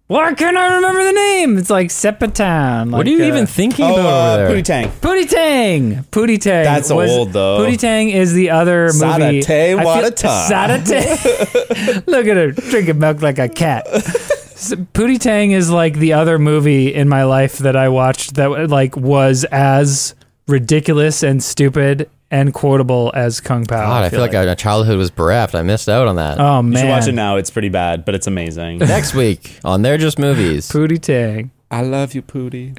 Speaker 3: Why can't I remember the name? It's like Sepatown.
Speaker 1: what are you even thinking
Speaker 2: oh,
Speaker 1: about
Speaker 2: uh,
Speaker 1: over
Speaker 2: Pootie
Speaker 1: there?
Speaker 2: Tang.
Speaker 3: Pootie Tang. Pootie Tang.
Speaker 2: That's old, though.
Speaker 3: Pootie Tang is the other movie.
Speaker 2: Sarate
Speaker 3: I feel-
Speaker 2: warata.
Speaker 3: Sarate. Look at her drinking milk like a cat. S- Pootie Tang is like the other movie in my life that I watched that like was as ridiculous and stupid and quotable as Kung Pao.
Speaker 1: God, I feel like my childhood was bereft. I missed out on that.
Speaker 3: oh
Speaker 2: You
Speaker 3: man,
Speaker 2: should watch it now. It's pretty bad, but it's amazing.
Speaker 1: Next week on They're Just Movies.
Speaker 3: Pootie Tang.
Speaker 2: I love you, Pootie.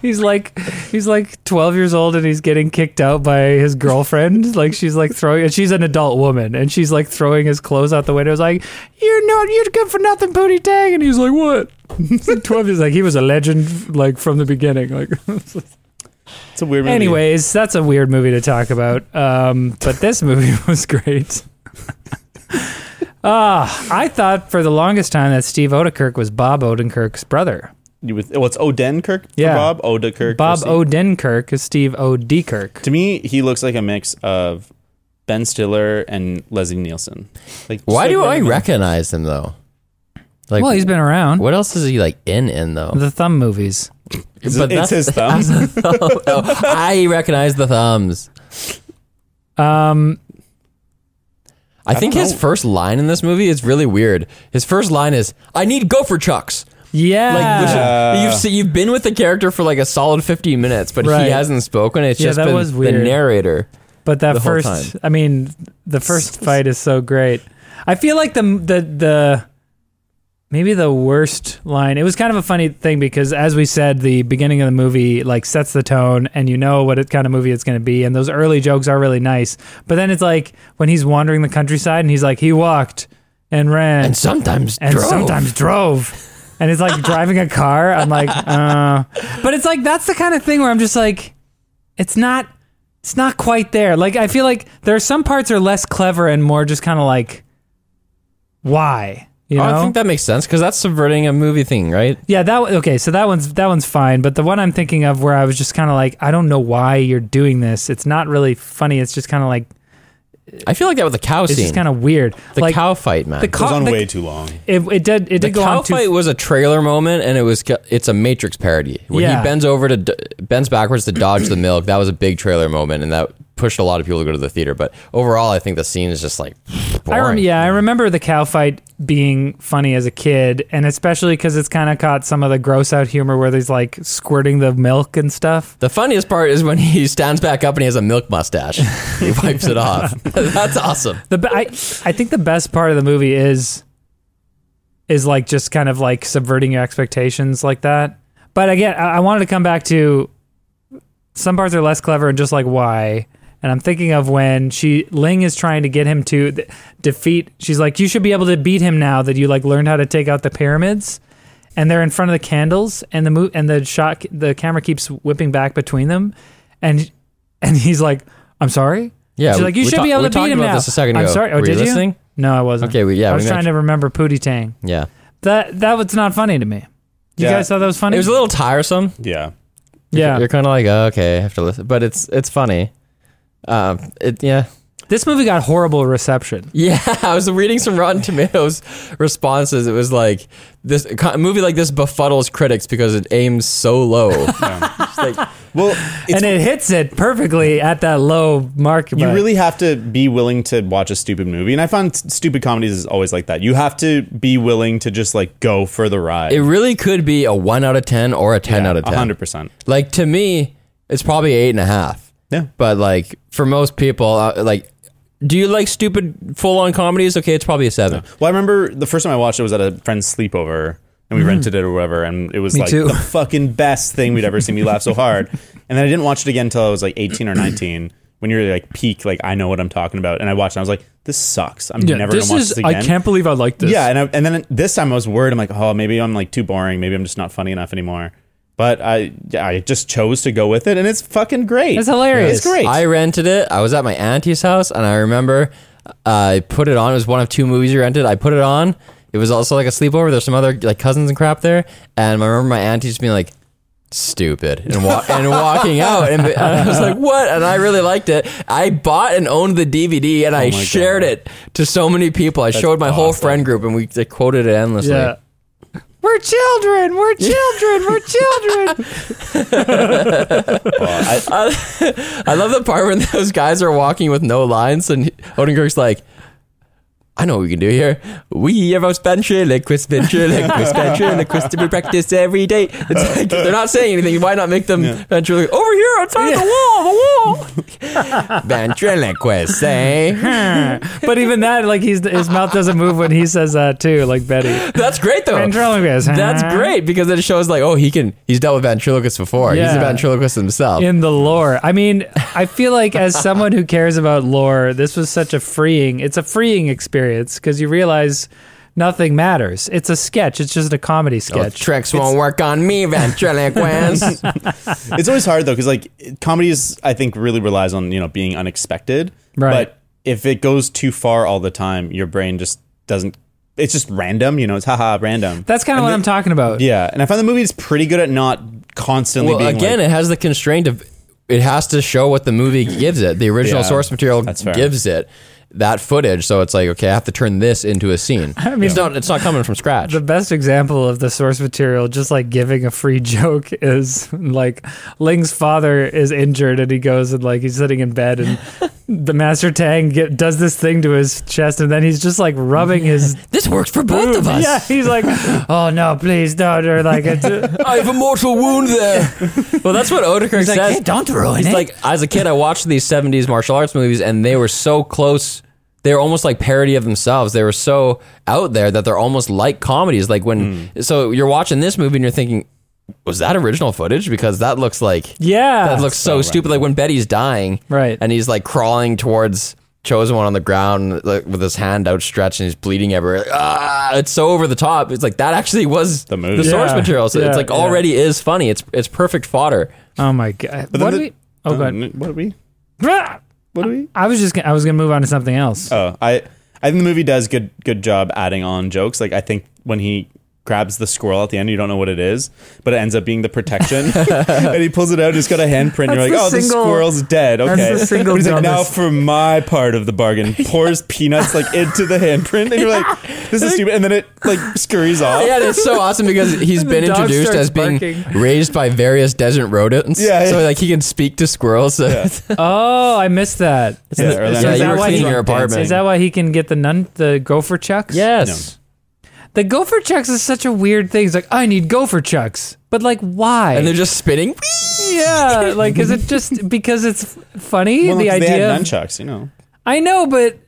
Speaker 3: He's like he's like 12 years old and he's getting kicked out by his girlfriend. like she's like throwing and she's an adult woman and she's like throwing his clothes out the window. It's like, "You're not you're good for nothing, Pootie Tang." And he's like, "What?" He's like 12 years like he was a legend like from the beginning. Like
Speaker 2: It's a weird movie.
Speaker 3: Anyways, that's a weird movie to talk about. Um, but this movie was great. Ah, I thought for the longest time that Steve Odekirk was Bob Odenkirk's brother.
Speaker 2: You with well, it's Odenkirk for
Speaker 3: Yeah.
Speaker 2: Bob Odenkirk. for
Speaker 3: Bob
Speaker 2: Steve.
Speaker 3: Odenkirk is Steve Odekirk.
Speaker 2: to me, he looks like a mix of Ben Stiller and Leslie Nielsen. Like, just
Speaker 1: Why
Speaker 2: like
Speaker 1: do I
Speaker 2: random-
Speaker 1: recognize him though? Like,
Speaker 3: Well, he's been around.
Speaker 1: what else is he like in in though?
Speaker 3: The thumb movies.
Speaker 2: It's,
Speaker 1: But that's-
Speaker 2: it's his thumbs.
Speaker 1: I recognize the thumbs.
Speaker 3: Um,
Speaker 1: I, think
Speaker 2: don't
Speaker 1: his
Speaker 2: know.
Speaker 1: first line in this movie is really weird. His first line is, "I need gopher chucks." Like which-
Speaker 3: yeah.
Speaker 2: Yeah.
Speaker 1: you've se- you've been with the character for like a solid 15 minutes, but he
Speaker 3: Right.
Speaker 1: hasn't spoken. It's
Speaker 3: Yeah,
Speaker 1: just
Speaker 3: that
Speaker 1: been
Speaker 3: was
Speaker 1: the
Speaker 3: weird.
Speaker 1: narrator.
Speaker 3: but
Speaker 1: the
Speaker 3: that
Speaker 1: whole
Speaker 3: first,
Speaker 1: time.
Speaker 3: I mean, the first fight is so great. I feel like the the the maybe the worst line. It was kind of a funny thing because, as we said, the beginning of the movie like sets the tone, and you know what it, kind of movie it's going to be. And those early jokes are really nice, but then it's like when he's wandering the countryside and he's like, he walked and ran
Speaker 1: And sometimes
Speaker 3: and
Speaker 1: drove.
Speaker 3: sometimes drove. And it's like driving a car. I'm like, uh. but it's like that's the kind of thing where I'm just like, it's not, it's not quite there. Like I feel like there are some parts are less clever and more just kind of like, why? You know?
Speaker 1: Oh, I think that makes sense because that's subverting a movie thing, right?
Speaker 3: yeah, that one- okay. So that one's that one's fine. But the one I'm thinking of where I was just kind of like, I don't know why you're doing this. It's not really funny. It's just kind of like,
Speaker 1: I feel like that with the cow
Speaker 3: it's
Speaker 1: scene,
Speaker 3: just kind of weird.
Speaker 1: the
Speaker 3: like
Speaker 1: cow fight, man.
Speaker 3: the
Speaker 2: It was
Speaker 3: cow,
Speaker 2: on
Speaker 3: the,
Speaker 2: way too long.
Speaker 3: it, it did it
Speaker 1: The
Speaker 3: did go
Speaker 1: cow
Speaker 3: on too
Speaker 1: fight was a trailer moment, and it was ca- it's a Matrix parody when
Speaker 3: Yeah.
Speaker 1: he bends over to d- bends backwards to dodge the milk. That was a big trailer moment, and that pushed a lot of people to go to the theater. But overall, I think the scene is just like boring.
Speaker 3: I rem- yeah, I remember the cow fight being funny as a kid, and especially because it's kind of caught some of the gross out humor where there's like squirting the milk and stuff.
Speaker 1: The funniest part is when he stands back up and he has a milk mustache. he wipes it off. That's awesome.
Speaker 3: The be- I, I think the best part of the movie is is like just kind of like subverting your expectations like that. But again, I, I wanted to come back to some parts are less clever and just like why. And I'm thinking of when she Ling is trying to get him to th- defeat. She's like, you should be able to beat him now that you like learned how to take out the pyramids. And they're in front of the candles, and the mo- and the shot the camera keeps whipping back between them, and and he's like, I'm sorry.
Speaker 1: Yeah,
Speaker 3: She's like, you
Speaker 1: we
Speaker 3: should
Speaker 1: ta-
Speaker 3: be able
Speaker 1: we
Speaker 3: to
Speaker 1: talked
Speaker 3: beat him
Speaker 1: about
Speaker 3: now.
Speaker 1: this a second
Speaker 3: I'm
Speaker 1: ago.
Speaker 3: sorry. Oh,
Speaker 1: Were you
Speaker 3: did
Speaker 1: listening?
Speaker 3: No, I wasn't.
Speaker 1: Okay, we- yeah,
Speaker 3: I
Speaker 1: we
Speaker 3: was trying
Speaker 1: mentioned-
Speaker 3: to remember Pootie Tang.
Speaker 1: Yeah,
Speaker 3: That that was not funny to me. You
Speaker 2: Yeah.
Speaker 3: guys thought that was funny?
Speaker 1: it was a little tiresome.
Speaker 2: Yeah.
Speaker 3: yeah.
Speaker 1: You're kind of like, oh, okay, I have to listen, but it's it's funny. Um, it yeah.
Speaker 3: This movie got horrible reception.
Speaker 1: Yeah, I was reading some Rotten Tomatoes responses. It was like this a movie like this befuddles critics because it aims so low. It's like,
Speaker 2: Well, it's,
Speaker 3: and it hits it perfectly at that low mark.
Speaker 2: you
Speaker 3: but-
Speaker 2: really have to be willing to watch a stupid movie, and I find s- stupid comedies is always like that. You have to be willing to just like go for the ride.
Speaker 1: it really could be a one out of ten or a ten out of ten.
Speaker 2: hundred percent.
Speaker 1: Like to me, it's probably eight and a half.
Speaker 2: Yeah.
Speaker 1: But like for most people, uh, like, do you like stupid full on comedies? Okay, it's probably a seven.
Speaker 2: Well, I remember the first time I watched it was at a friend's sleepover, and we rented it or whatever, and it was
Speaker 3: Mm-hmm. Me
Speaker 2: like
Speaker 3: too.
Speaker 2: the fucking best thing we'd ever seen. We laughed so hard, and then I didn't watch it again until I was like eighteen or nineteen. When you're like peak, like I know what I'm talking about, and I watched, it, and I was like, "This sucks. I'm never gonna watch this again."
Speaker 3: believe I like this.
Speaker 2: Yeah, and I, and then this time I was worried. I'm like, oh, maybe I'm like too boring. Maybe I'm just not funny enough anymore. But I I just chose to go with it, and it's fucking great.
Speaker 3: It's hilarious.
Speaker 2: It's great.
Speaker 1: I rented it. I was at my auntie's house, and I remember uh, I put it on. It was one of two movies you rented. I put it on. It was also like a sleepover. There's some other like cousins and crap there, and I remember my auntie just being like, "Stupid," and wa- and walking out, and, and I was like, "What?" And I really liked it. I bought and owned the DVD, and I
Speaker 2: Oh my
Speaker 1: shared
Speaker 2: God.
Speaker 1: it to so many people. I showed my whole
Speaker 2: awesome.
Speaker 1: friend group, and we like, quoted it endlessly.
Speaker 3: Yeah. We're children. We're children. We're children.
Speaker 2: Oh, I-
Speaker 1: I love the part when those guys are walking with no lines, and Odenkirk's like, I know what we can do here. We are ventriloquist, ventriloquist, ventriloquist, and we practice every day. It's like, they're not saying anything. Why not make them ventriloquist? Over here, outside the wall, the wall. ventriloquist, eh?
Speaker 3: but even that, like he's, his mouth doesn't move when he says that too, like Betty.
Speaker 1: That's great,
Speaker 2: Oh.
Speaker 1: though.
Speaker 3: Ventriloquist.
Speaker 1: That's great because it shows like, oh, he can. He's dealt with ventriloquists before. He's a
Speaker 3: Yeah.
Speaker 1: ventriloquist himself.
Speaker 3: in the lore. I mean, I feel like as someone who cares about lore, this was such a freeing. It's a freeing experience because you realize nothing matters. It's a sketch. It's just a comedy
Speaker 1: Oh,
Speaker 3: sketch.
Speaker 1: tricks won't work on me, ventriloquist.
Speaker 2: it's always hard though because like it- comedy is i think really relies on you know being unexpected
Speaker 3: Right.
Speaker 2: but if it goes too far all the time your brain just doesn't it's just random you know it's haha random
Speaker 3: That's kind
Speaker 2: And
Speaker 3: of what
Speaker 2: the-
Speaker 3: I'm talking about.
Speaker 2: yeah and i find the movie is pretty good at not constantly
Speaker 1: well,
Speaker 2: being
Speaker 1: again,
Speaker 2: like,
Speaker 1: it has the constraint of it has to show what the movie gives it. The original
Speaker 2: Yeah,
Speaker 1: source material
Speaker 2: that's fair.
Speaker 1: gives it that footage, so it's like okay, I have to turn this into a scene. I mean, it's not it's not coming from scratch.
Speaker 3: The best example of the source material, just like giving a free joke, is like Ling's father is injured and he goes and like he's sitting in bed and the Master Tang get, does this thing to his chest and then he's just like rubbing his.
Speaker 1: this works for both of us.
Speaker 3: Yeah, he's like, oh no, please don't. Or like, it's,
Speaker 1: I have a mortal wound there. well, that's what Odekirk
Speaker 3: He's like,
Speaker 1: says.
Speaker 3: "Hey, don't ruin
Speaker 1: He's
Speaker 3: it."
Speaker 1: like, as a kid, I watched these '70s martial arts movies, and they were so close. They were almost like parody of themselves. They were so out there that they're almost like comedies. Like when,
Speaker 2: Hmm.
Speaker 1: so you're watching this movie and you're thinking, was that original footage? Because that looks like
Speaker 3: yeah.
Speaker 1: that looks so, stupid. Like when Betty's dying,
Speaker 3: Right.
Speaker 1: and he's like crawling towards chosen one on the ground like, with his hand outstretched and he's bleeding everywhere. Ah, it's so over the top. It's like that actually was
Speaker 2: The movie.
Speaker 1: source
Speaker 3: Yeah,
Speaker 1: material. So
Speaker 3: yeah,
Speaker 1: it's like
Speaker 3: yeah.
Speaker 1: already is funny. It's it's perfect fodder.
Speaker 3: oh my God.
Speaker 2: But then
Speaker 3: What do
Speaker 2: the-
Speaker 3: we. Oh, God.
Speaker 2: Um, what are we
Speaker 3: Bruh!
Speaker 2: what are we
Speaker 3: I was just gonna, I was gonna move on to something else.
Speaker 2: oh i i think the movie does good good job adding on jokes like i think when he grabs the squirrel at the end you don't know what it is but it ends up being the protection and he pulls it out it's got a handprint you're like
Speaker 3: That's the
Speaker 2: oh the
Speaker 3: single-
Speaker 2: squirrel's dead okay
Speaker 3: that's the single
Speaker 2: But he's like, now
Speaker 3: dumbest-
Speaker 2: for my part of the bargain pours peanuts like into the handprint and you're like this is stupid and then it like scurries off
Speaker 1: Yeah, and it's so awesome because he's
Speaker 3: The
Speaker 1: been
Speaker 3: dog
Speaker 1: introduced
Speaker 3: starts
Speaker 1: as being
Speaker 3: barking.
Speaker 1: raised by various desert rodents.
Speaker 2: Yeah,
Speaker 1: so
Speaker 2: yeah.
Speaker 1: like he can speak to squirrels. So
Speaker 3: Oh, I missed that. Is
Speaker 2: in the
Speaker 3: that-
Speaker 2: early
Speaker 3: is
Speaker 1: Yeah,
Speaker 2: nineties.
Speaker 1: you
Speaker 3: that
Speaker 1: were
Speaker 3: why
Speaker 1: cleaning
Speaker 3: he-
Speaker 1: your apartment.
Speaker 3: Is that why he can get the nun, the gopher chucks?
Speaker 1: yes,
Speaker 3: The gopher chucks is such a weird thing. It's like, I need gopher chucks. But like, why?
Speaker 1: and they're just spinning.
Speaker 3: yeah, like, is it just because it's f- funny?
Speaker 2: Well,
Speaker 3: the
Speaker 2: 'cause they
Speaker 3: idea.
Speaker 2: had
Speaker 3: of-
Speaker 2: nunchucks you know
Speaker 3: I know, but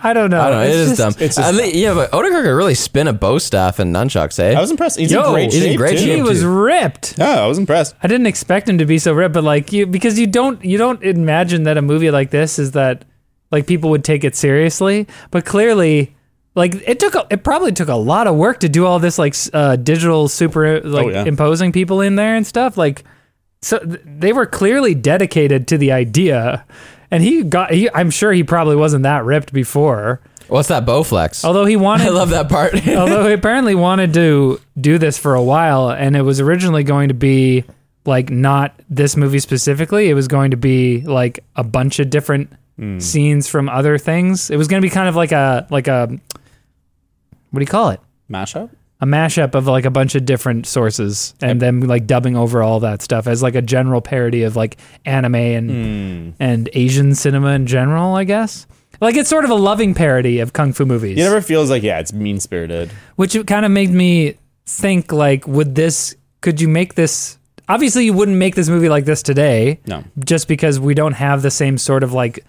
Speaker 3: I don't know.
Speaker 1: I don't know. It is dumb.
Speaker 2: it's just
Speaker 1: At le- yeah, but Odekirk could really spin a bow staff and nunchucks. Eh?
Speaker 2: I was impressed he's
Speaker 3: Yo,
Speaker 2: in great
Speaker 1: he's in
Speaker 2: shape
Speaker 1: great
Speaker 2: too.
Speaker 1: shape.
Speaker 3: He was ripped.
Speaker 2: yeah I was impressed
Speaker 3: I didn't expect him to be so ripped, but like you, because you don't, you don't imagine that a movie like this is that, like people would take it seriously. But clearly, like it took, a, it probably took a lot of work to do all this like s- uh, digital super, like
Speaker 2: yeah.
Speaker 3: imposing people in there and stuff. Like, so th- they were clearly dedicated to the idea. And he got, he, I'm sure he probably wasn't that ripped before,
Speaker 1: What's that bow flex?
Speaker 3: although he wanted.
Speaker 1: I love that part.
Speaker 3: Although he apparently wanted to do this for a while, and it was originally going to be like not this movie specifically. It was going to be like a bunch of different scenes from other things. It was going to be kind of like a like a what do you call it?
Speaker 2: mashup
Speaker 3: A mashup of like a bunch of different sources, and them like dubbing over all that stuff as like a general parody of like anime and and Asian cinema in general. I guess like it's sort of a loving parody of kung fu movies
Speaker 2: it never feels like yeah it's mean spirited
Speaker 3: which it kind of made me think like would this could you make this obviously you wouldn't make this movie like this today
Speaker 2: no
Speaker 3: just because we don't have the same sort of like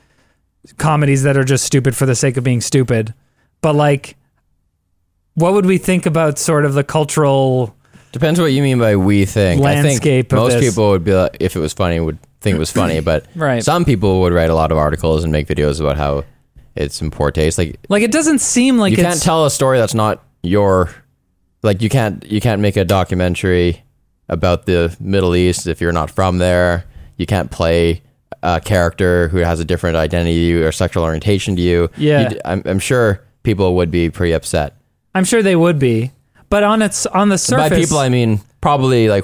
Speaker 3: comedies that are just stupid for the sake of being stupid but like what would we think about sort of the cultural
Speaker 1: Depends what you mean by we think. I think
Speaker 3: Landscape of
Speaker 1: most
Speaker 3: this.
Speaker 1: people would be like, if it was funny, would think it was funny, but
Speaker 3: Right.
Speaker 1: some people would write a lot of articles and make videos about how it's in poor taste. Like
Speaker 3: like it doesn't seem like
Speaker 1: you
Speaker 3: it's
Speaker 1: can't tell a story that's not your like you can't you can't make a documentary about the Middle East if you're not from there. You can't play a character who has a different identity to you or sexual orientation to you.
Speaker 3: Yeah.
Speaker 1: You d- I'm, I'm sure people would be pretty upset.
Speaker 3: i'm sure they would be but on its on the surface
Speaker 1: By people, I mean probably like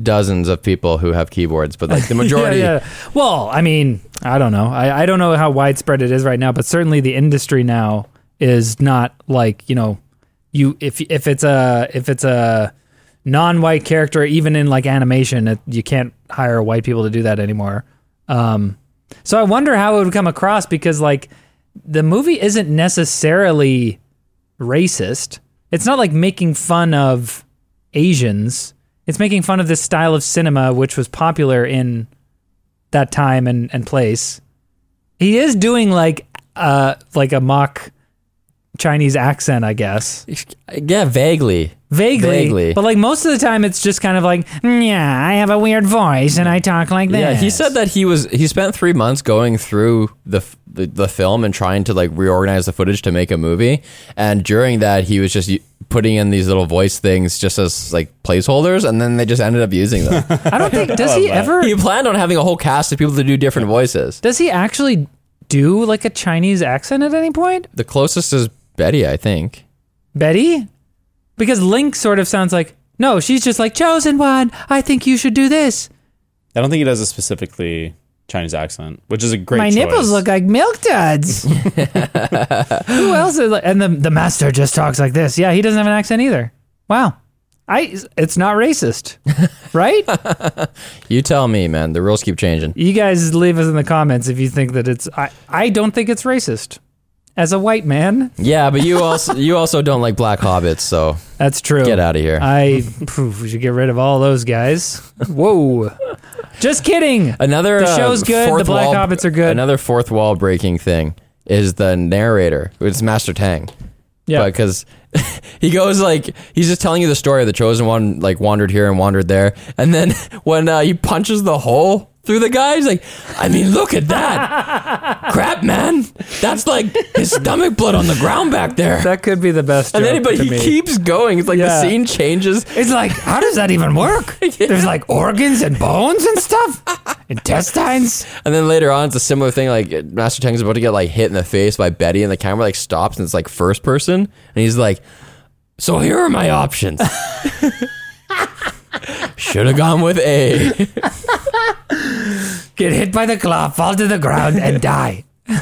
Speaker 1: dozens of people who have keyboards, but like the majority.
Speaker 3: Yeah, yeah. Well, I mean, I don't know. I, I don't know how widespread it is right now, but certainly the industry now is not like you know, you if if it's a if it's a non-white character, even in like animation, it, you can't hire white people to do that anymore. Um, so I wonder how it would come across because like the movie isn't necessarily racist. It's not like making fun of Asians. It's making fun of this style of cinema which was popular in that time and, and place. He is doing like uh like a mock Chinese accent, I guess.
Speaker 1: Yeah, vaguely.
Speaker 3: Vaguely,
Speaker 1: Vaguely.
Speaker 3: but like most of the time, it's just kind of like, "Mm, yeah, I have a weird voice and I talk like this.
Speaker 1: Yeah, he said that he was he spent three months going through the, f- the the film and trying to like reorganize the footage to make a movie. And during that, he was just y- putting in these little voice things just as like placeholders, and then they just ended up using them.
Speaker 3: I don't think does he
Speaker 2: Love that.
Speaker 3: ever
Speaker 1: Oh, he planned on having a whole cast of people to do different voices.
Speaker 3: does he actually do like a Chinese accent at any point,
Speaker 1: The closest is Betty, I think.
Speaker 3: Betty? Because Link sort of sounds like no, she's just like chosen one. I think you should do this.
Speaker 2: I don't think he does a specifically Chinese accent, which is a great.
Speaker 3: My
Speaker 2: choice.
Speaker 3: nipples look like milk duds. Who else? Is like, and the the master just talks like this. Yeah, he doesn't have an accent either. Wow, I it's not racist, right?
Speaker 1: You tell me, man. The rules keep changing.
Speaker 3: you guys leave us in the comments if you think that it's. I I don't think it's racist. As a white man,
Speaker 1: Yeah, but you also you also don't like black hobbits, so
Speaker 3: that's true.
Speaker 1: get out of here.
Speaker 3: I phew, we should get rid of all those guys. Whoa, just kidding.
Speaker 1: Another
Speaker 3: The show's
Speaker 1: uh,
Speaker 3: good,
Speaker 1: fourth
Speaker 3: the Black
Speaker 1: wall,
Speaker 3: Hobbits are good.
Speaker 1: Another fourth wall breaking thing is the narrator. It's Master Tang.
Speaker 3: Yeah.
Speaker 1: because he goes like he's just telling you the story of the chosen one, like wandered here and wandered there, and then when uh, he punches the hole through the guy, he's like, "I mean, look at that crap, man! That's like his stomach blood on the ground back there."
Speaker 3: That could be the best.
Speaker 1: and then,
Speaker 3: joke
Speaker 1: but
Speaker 3: to
Speaker 1: he
Speaker 3: me.
Speaker 1: keeps going. It's like
Speaker 3: Yeah.
Speaker 1: the scene changes.
Speaker 3: It's like, how does that even work? There's like organs and bones and stuff, intestines.
Speaker 1: And then later on, it's a similar thing. Like Master Tang's about to get like hit in the face by Betty, and the camera like stops, and it's like first person, and he's like, "So here are my options." Should have gone with A.
Speaker 3: Get hit by the claw, fall to the ground, and die.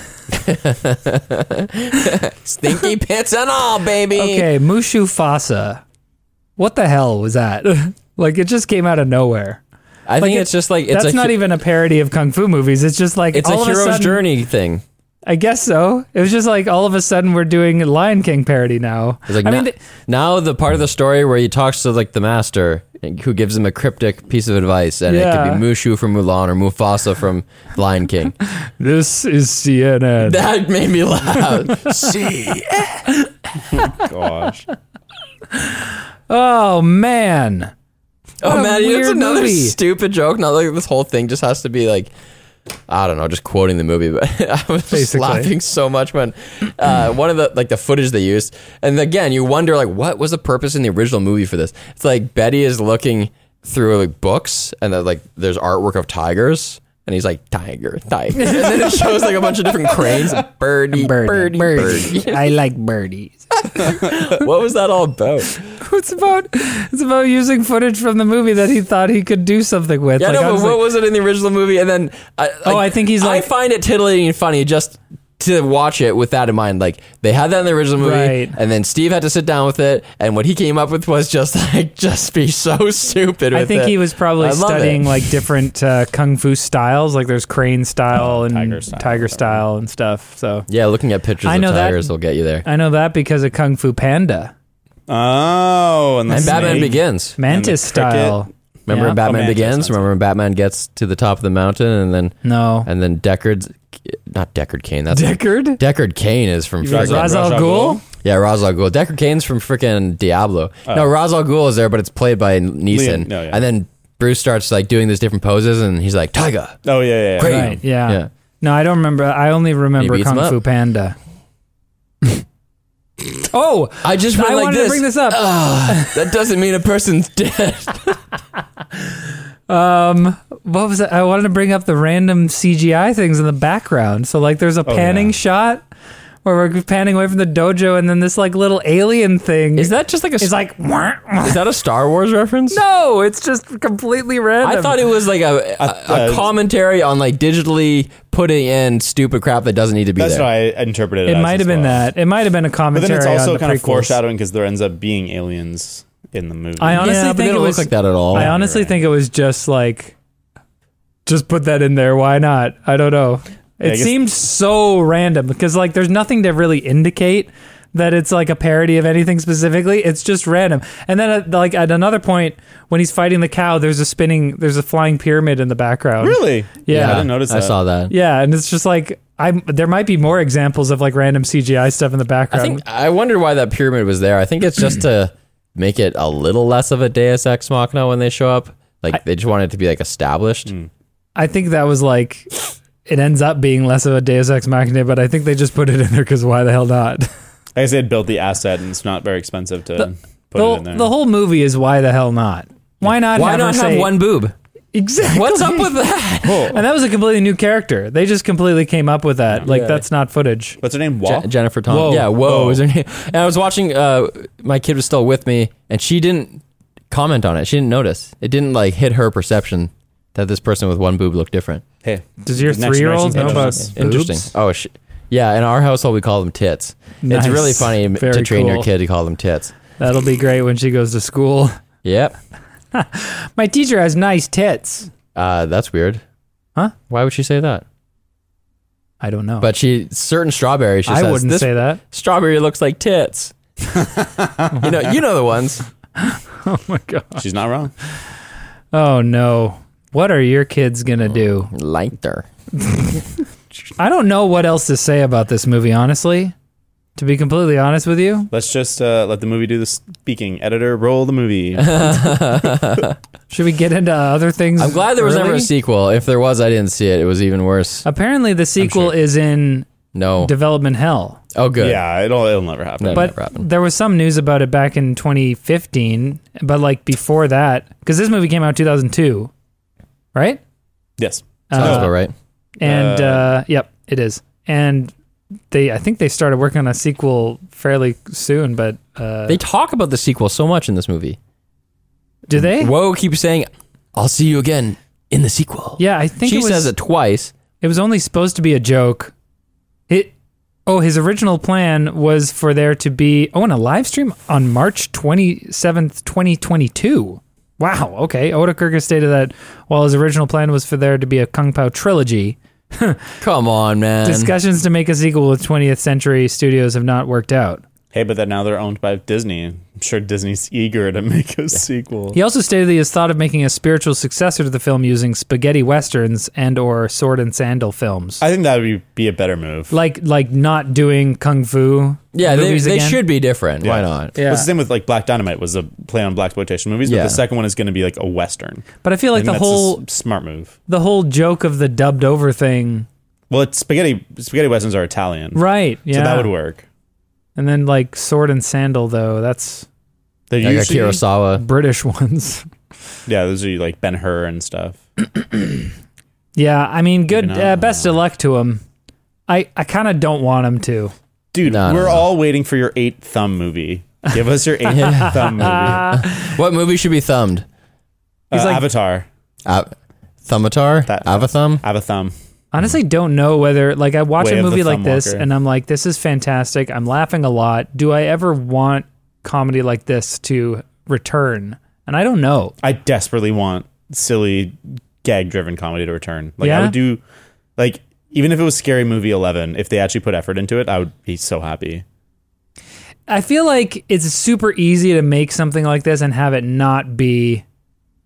Speaker 1: Stinky pits and all, baby.
Speaker 3: Okay, Mushu Fasa. What the hell was that? like, it just came out of nowhere.
Speaker 1: I think
Speaker 3: it-
Speaker 1: it's just like it's
Speaker 3: That's
Speaker 1: a
Speaker 3: not
Speaker 1: hu-
Speaker 3: even a parody of kung fu movies. It's just like
Speaker 1: it's
Speaker 3: all
Speaker 1: a
Speaker 3: of
Speaker 1: hero's
Speaker 3: sudden-
Speaker 1: journey thing.
Speaker 3: I guess so. It was just like all of a sudden we're doing Lion King parody now.
Speaker 1: It's like
Speaker 3: I
Speaker 1: na-
Speaker 3: mean, th-
Speaker 1: now the part of the story where he talks to like the master and- who gives him a cryptic piece of advice, and it
Speaker 3: Yeah.
Speaker 1: could be Mushu from Mulan or Mufasa from Lion King.
Speaker 3: this is CNN.
Speaker 1: That made me laugh. See.
Speaker 2: Gosh,
Speaker 3: oh man. What
Speaker 1: Oh
Speaker 3: a
Speaker 1: man, you know, it's
Speaker 3: weird
Speaker 1: another
Speaker 3: movie.
Speaker 1: stupid joke. Not like this whole thing just has to be like I don't know, just quoting the movie. But I was just
Speaker 3: Basically.
Speaker 1: laughing so much when uh, one of the like the footage they used, and again you wonder like what was the purpose in the original movie for this? It's like Betty is looking through like books, and they're, like there's artwork of tigers. And he's like tiger, tiger, and then it shows like a bunch of different cranes, birdie, birdie, birdie.
Speaker 3: I like birdies.
Speaker 1: What was that all about?
Speaker 3: it's about it's about using footage from the movie that he thought he could do something with.
Speaker 1: Yeah,
Speaker 3: Like, I
Speaker 1: no,
Speaker 3: was
Speaker 1: but what
Speaker 3: like,
Speaker 1: was it in the original movie? And then, I,
Speaker 3: Oh, I think he's like-
Speaker 1: I find it titillating and funny just to watch it with that in mind. Like they had that in the original movie,
Speaker 3: Right.
Speaker 1: and then Steve had to sit down with it, and what he came up with was just like just be so stupid.
Speaker 3: I
Speaker 1: with
Speaker 3: think
Speaker 1: it.
Speaker 3: he was
Speaker 1: I
Speaker 3: probably
Speaker 1: love
Speaker 3: studying
Speaker 1: it.
Speaker 3: like different uh, kung fu styles, like there's crane style and tiger
Speaker 2: Tiger
Speaker 3: style,
Speaker 2: style,
Speaker 3: and stuff. So
Speaker 1: Yeah, looking at pictures
Speaker 3: I know
Speaker 1: of
Speaker 3: that-
Speaker 1: tigers will get you there.
Speaker 3: I know that because of Kung Fu Panda,
Speaker 2: oh, and, the
Speaker 1: And Batman
Speaker 2: snake.
Speaker 1: Begins.
Speaker 2: cricket.
Speaker 3: mantis style.
Speaker 1: Remember when
Speaker 3: Yeah.
Speaker 1: Batman
Speaker 2: Oh, man, that
Speaker 1: Begins?
Speaker 2: sounds
Speaker 1: Remember when Batman gets to the top of the mountain, and then
Speaker 3: No,
Speaker 1: and then Deckard's not Deckard Kane. That's
Speaker 3: Deckard.
Speaker 1: Deckard Kane is from
Speaker 2: Ra's
Speaker 1: frickin'
Speaker 2: al-
Speaker 3: Ra's al
Speaker 2: Ra's al
Speaker 3: Ghul.
Speaker 2: Ghul?
Speaker 1: Yeah, Ra's al Ghul. Decker Kane's from freaking Diablo. No, Ra's al Ghul is there, but it's played by Neeson.
Speaker 2: Liam- no, Oh. yeah.
Speaker 1: And then Bruce starts like doing these different poses, and he's like, "Tiger,
Speaker 2: Oh yeah, yeah, yeah.
Speaker 1: Great.
Speaker 3: Right. Yeah.
Speaker 1: Yeah.
Speaker 3: No, I don't remember. I only remember
Speaker 1: beats him
Speaker 3: Kung
Speaker 1: up.
Speaker 3: Fu Panda. oh,
Speaker 1: I just went
Speaker 3: I
Speaker 1: like
Speaker 3: wanted
Speaker 1: this.
Speaker 3: to bring this up.
Speaker 1: that doesn't mean a person's dead."
Speaker 3: Um, what was it? I wanted to bring up the random CGI things in the background. So like, there's a panning
Speaker 2: Oh, yeah.
Speaker 3: shot where we're panning away from the dojo, and then this like little alien thing
Speaker 1: Is that just like a?
Speaker 3: is like,
Speaker 1: is that a Star Wars reference?
Speaker 3: no, it's just completely random.
Speaker 1: I thought it was like a a, a
Speaker 2: uh,
Speaker 1: commentary on like digitally putting in stupid crap that doesn't need to be
Speaker 2: That's
Speaker 1: there.
Speaker 2: what I interpreted it.
Speaker 3: it
Speaker 2: as
Speaker 3: might
Speaker 2: as
Speaker 3: have been
Speaker 2: well.
Speaker 3: that. It might have been a
Speaker 2: But
Speaker 3: commentary
Speaker 2: then it's
Speaker 3: on
Speaker 2: also
Speaker 3: the
Speaker 2: kind of
Speaker 3: prequels.
Speaker 2: foreshadowing because there ends up being aliens in the movie.
Speaker 3: I honestly
Speaker 1: yeah, but they
Speaker 3: think it
Speaker 1: don't
Speaker 3: was
Speaker 1: look like that at
Speaker 2: Oh.
Speaker 1: all.
Speaker 3: I honestly think it was just like, just put that in there. Why not? I don't know. It
Speaker 2: I guess-
Speaker 3: seemed so random because like there's nothing to really indicate that it's like a parody of anything specifically. It's just random. And then at, like at another point when he's fighting the cow, there's a spinning, there's a flying pyramid in the background.
Speaker 2: really?
Speaker 3: Yeah.
Speaker 2: I didn't notice.
Speaker 1: I
Speaker 2: that.
Speaker 1: saw that.
Speaker 3: Yeah, and it's just like I there might be more examples of like random CGI stuff in the
Speaker 1: I
Speaker 3: background.
Speaker 1: think I wondered why that pyramid was there. I think it's just to make it a little less of a Deus Ex Machina when they show up. Like they just want it to be like established.
Speaker 3: I think that was like it ends up being less of a Deus Ex Machina, but I think they just put it in there because why the hell not?
Speaker 2: I guess they had built the asset, and it's not very expensive to put it
Speaker 3: the,
Speaker 2: in there.
Speaker 3: the whole movie is why the hell not? Why not?
Speaker 1: Why
Speaker 3: have
Speaker 1: not
Speaker 3: her
Speaker 1: have
Speaker 3: say-
Speaker 1: one boob?
Speaker 3: Exactly.
Speaker 1: What's up with that?
Speaker 3: And that was a completely new character. They just completely came up with that. Like that's not footage.
Speaker 2: What's her name?
Speaker 1: Je-
Speaker 2: Wall.
Speaker 1: Jennifer Tom.
Speaker 2: Whoa.
Speaker 1: Yeah, whoa,
Speaker 2: Whoa.
Speaker 1: is her name? And I was watching. Uh, my kid was still with me, and she didn't comment on it. She didn't notice. It didn't like hit her perception that this person with one boob looked different.
Speaker 2: hey,
Speaker 3: Does your
Speaker 2: Next
Speaker 3: three year old
Speaker 2: generation
Speaker 3: know about
Speaker 2: photos.
Speaker 1: Interesting.
Speaker 3: boobs?
Speaker 1: Oh, sh- yeah. In our household, we call them tits.
Speaker 3: Nice.
Speaker 1: It's really funny m- to
Speaker 3: Very
Speaker 1: train your
Speaker 3: cool.
Speaker 1: kid to call them tits.
Speaker 3: That'll be great when she goes to school.
Speaker 1: Yep.
Speaker 3: My teacher has nice tits.
Speaker 1: Uh, that's weird.
Speaker 3: Huh?
Speaker 1: Why would she say that?
Speaker 3: I don't know.
Speaker 1: But she certain strawberry. She
Speaker 3: I
Speaker 1: says,
Speaker 3: wouldn't
Speaker 1: this
Speaker 3: say that.
Speaker 1: strawberry looks like tits. you know, you know the ones.
Speaker 3: Oh my god.
Speaker 2: she's not wrong.
Speaker 3: Oh no. What are your kids gonna
Speaker 1: Oh.
Speaker 3: do?
Speaker 1: Lighter.
Speaker 3: I don't know what else to say about this movie, honestly. To be completely honest with you,
Speaker 2: Let's just uh, let the movie do the speaking. Editor, roll the movie.
Speaker 3: should we get into other things?
Speaker 1: I'm glad there was never
Speaker 3: early?
Speaker 1: a sequel. If there was, I didn't see it. It was even worse.
Speaker 3: Apparently, the sequel
Speaker 2: sure.
Speaker 3: is in Uh,
Speaker 1: No.
Speaker 3: development hell.
Speaker 1: oh, good.
Speaker 2: yeah, it'll it'll never happen.
Speaker 1: No.
Speaker 3: But
Speaker 1: never happened.
Speaker 3: there was some news about it back in 2015. But like before that, because this movie came out 2002, right?
Speaker 2: Yes.
Speaker 1: Sounds
Speaker 3: Uh,
Speaker 1: about right.
Speaker 3: and
Speaker 2: Uh,
Speaker 3: uh, yep, it is. And they, I think they started working on a sequel fairly soon. But uh,
Speaker 1: They talk about the sequel so much in this movie.
Speaker 3: do they?
Speaker 1: Woe keeps saying, "I'll see you again in the sequel."
Speaker 3: Yeah, I think
Speaker 1: she
Speaker 3: it was,
Speaker 1: says it twice.
Speaker 3: It was only supposed to be a joke. It. Oh, his original plan was for there to be oh, and a live stream on March twenty seventh, twenty twenty two. Wow. Okay. Oda Kirkus stated that while his original plan was for there to be a Kung Pao trilogy,
Speaker 1: Come on, man.
Speaker 3: discussions to make a sequel with 20th Century Studios have not worked out.
Speaker 2: Hey, but then now they're owned by Disney. I'm sure Disney's eager to make a sequel.
Speaker 3: He also stated that he has thought of making a spiritual successor to the film using spaghetti westerns and or sword and sandal films.
Speaker 2: I think that would be, be a better move.
Speaker 3: like like not doing kung fu.
Speaker 1: yeah, they,
Speaker 3: movies
Speaker 1: they
Speaker 3: again.
Speaker 1: should be different. Why
Speaker 2: Yeah.
Speaker 1: not?
Speaker 3: Yeah.
Speaker 2: What's the same with like Black Dynamite was a play on black exploitation movies,
Speaker 1: Yeah.
Speaker 2: but the second one is going to be like a western.
Speaker 3: But I feel
Speaker 2: I
Speaker 3: like
Speaker 2: think
Speaker 3: the
Speaker 2: that's a
Speaker 3: whole
Speaker 2: s- smart move.
Speaker 3: the whole joke of the dubbed over thing.
Speaker 2: Well, it's spaghetti. Spaghetti westerns are Italian,
Speaker 3: Right. Yeah.
Speaker 2: so that would work.
Speaker 3: And then like sword and sandal though, that's
Speaker 2: They're
Speaker 1: Like a
Speaker 2: usually-
Speaker 1: Kurosawa.
Speaker 3: British ones.
Speaker 2: yeah, those are like Ben Hur and stuff.
Speaker 3: yeah, I mean good
Speaker 2: Maybe not.
Speaker 3: uh, best of luck to him. I I kind of don't want him to.
Speaker 2: Dude,
Speaker 1: No, no,
Speaker 2: we're
Speaker 1: no.
Speaker 2: all waiting for your eight thumb movie. Give us your eight thumb movie. Uh,
Speaker 1: What movie should be thumbed?
Speaker 3: He's like-
Speaker 2: Avatar.
Speaker 1: Uh, Thumbatar?
Speaker 2: That-
Speaker 1: Avathum?
Speaker 2: Have a thumb.
Speaker 3: Honestly, don't know whether like I watch
Speaker 2: Hmm. Way of
Speaker 3: a
Speaker 2: the
Speaker 3: movie like
Speaker 2: Thumb
Speaker 3: this
Speaker 2: Walker.
Speaker 3: and I'm like, this is fantastic. I'm laughing a lot. Do I ever want comedy like this to return? And I don't know.
Speaker 2: I desperately want silly gag driven comedy to return. Like I
Speaker 3: Yeah?
Speaker 2: would do like even if it was scary movie 11, if they actually put effort into it, I would be so happy.
Speaker 3: I feel like it's super easy to make something like this and have it not be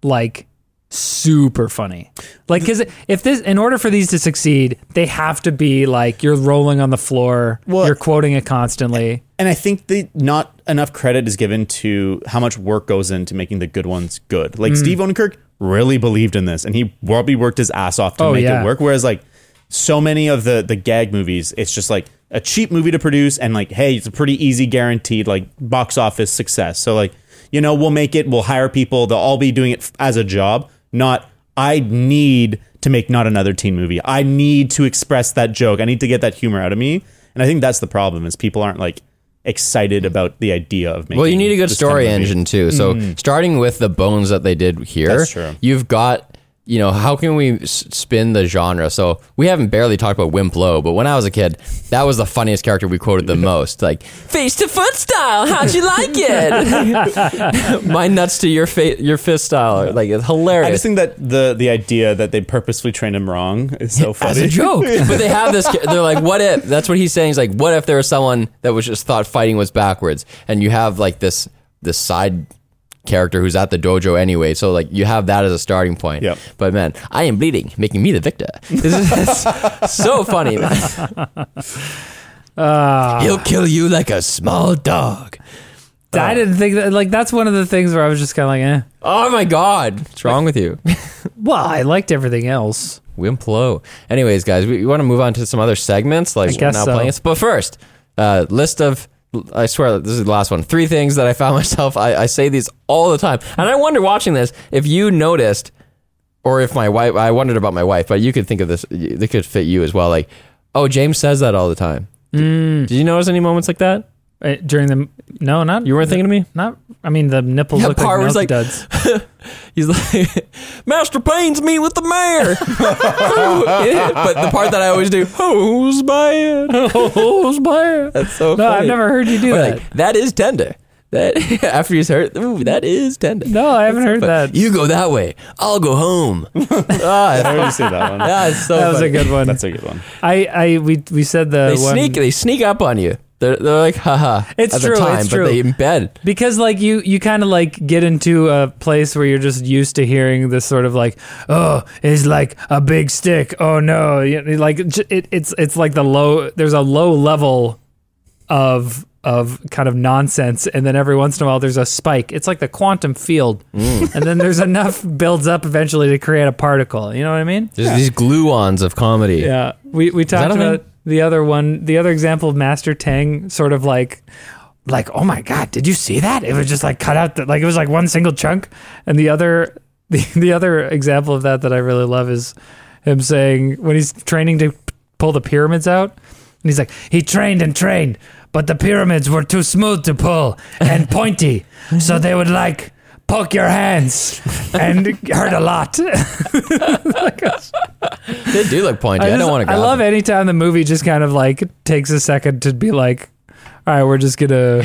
Speaker 3: like super funny. Like cuz if this in order for these to succeed, they have to be like you're rolling on the floor,
Speaker 2: Well-
Speaker 3: you're quoting it constantly.
Speaker 2: And I think the not enough credit is given to how much work goes into making the good ones good.
Speaker 3: Hmm.
Speaker 2: Like Steve Odenkirk really believed in this, and he probably worked his ass off to
Speaker 3: Oh,
Speaker 2: make
Speaker 3: yeah.
Speaker 2: it work. Whereas like so many of the the gag movies, it's just like a cheap movie to produce, and like hey, it's a pretty easy guaranteed like box office success. So like you know we'll make it, we'll hire people, they'll all be doing it f- as a job, not I need to make not another teen movie. I need to express that joke. I need to get that humor out of me. And I think that's the problem is people aren't like excited about the idea of making.
Speaker 1: Well, you need a good
Speaker 2: this kind of
Speaker 1: story
Speaker 2: movie. Mm-hmm.
Speaker 1: engine too. So starting with the bones that they did here,
Speaker 2: That's true.
Speaker 1: you've got you know how can we s- spin the genre? So we haven't barely talked about Wimp Low, but when I was a kid, that was the funniest character we quoted the most. Like face to foot style, how'd you like it? My nuts to your fa- your fist style, like it's hilarious.
Speaker 2: I just think that the the idea that they purposefully trained him wrong is so funny.
Speaker 1: as a joke. but they have this. They're like, what if? That's what he's saying. He's like, what if there was someone that was just thought fighting was backwards, and you have like this this side character who's at the dojo anyway. So like, you have that as a starting point.
Speaker 2: Yep.
Speaker 1: But man, I am bleeding, making me the victor. This is so funny, man.
Speaker 3: Uh,
Speaker 1: Ah. He'll kill you like a small dog.
Speaker 3: I didn't think that. Like that's one of the things where I was just kind of like, eh.
Speaker 1: Oh my god, what's wrong with you?
Speaker 3: Well, I liked everything else.
Speaker 1: Wimplo. Anyways, guys, we, want to move on to some other segments, like
Speaker 3: I guess
Speaker 1: now
Speaker 3: so.
Speaker 1: playing. But first, uh, list of. I swear this is the last one. Three things that I found myself. I, I say these all the time, and I wonder watching this if you noticed, or if my wife. I wondered about my wife, but you could think of this. They could fit you as well. Like, oh, James says that all the time.
Speaker 3: Mm.
Speaker 1: Did you notice any moments like that?
Speaker 3: Uh, During the no, not
Speaker 1: You weren't thinking of me.
Speaker 3: Not. I mean, the nipples
Speaker 1: Yeah,
Speaker 3: look like
Speaker 1: Par was
Speaker 3: milk
Speaker 1: like-
Speaker 3: duds.
Speaker 1: He's like, Master Payne's meet with the mayor. but the part that I always do, who's buying? Who's buying? That's so
Speaker 3: No,
Speaker 1: funny.
Speaker 3: I've never heard you do
Speaker 1: But
Speaker 3: that.
Speaker 1: like, that is tender. That after he's hurt, ooh, that is tender.
Speaker 3: no, I haven't heard
Speaker 1: But
Speaker 3: that.
Speaker 1: You go that way. I'll go home.
Speaker 2: I
Speaker 1: ah,
Speaker 2: already see that one.
Speaker 1: that's so
Speaker 3: that was a
Speaker 1: funny.
Speaker 3: good one.
Speaker 2: That's a good one.
Speaker 3: I, I, we, we said the
Speaker 1: They
Speaker 3: one
Speaker 1: sneak. They sneak up on you. They're, they're like, haha.
Speaker 3: It's
Speaker 1: at
Speaker 3: true,
Speaker 1: The time,
Speaker 3: it's
Speaker 1: but
Speaker 3: true.
Speaker 1: they embed.
Speaker 3: because like you, you kind of like get into a place where you're just used to hearing this sort of like, oh, it's like a big stick. Oh no, You know, like j- it, it's, it's like the low. There's a low level of of kind of nonsense and then every once in a while there's a spike it's like the quantum field and then there's enough builds up eventually to create a particle you know what i mean
Speaker 1: There's these glue-ons of comedy.
Speaker 3: Yeah, we we
Speaker 1: that
Speaker 3: talked
Speaker 1: a
Speaker 3: about
Speaker 1: thing?
Speaker 3: the other one, the other example of Master Tang, sort of like, like oh my god, did you see that? It was just like cut out, the, like it was like one single chunk. And the other, the, the other example of that that I really love is him saying when he's training to p- pull the pyramids out, and he's like, he trained and trained, but the pyramids were too smooth to pull and pointy, so they would like. Poke your hands and hurt a lot.
Speaker 1: They do look pointy. I,
Speaker 3: just-
Speaker 1: don't want to.
Speaker 3: I love any time the movie just kind of like takes a second to be like, all right, we're just gonna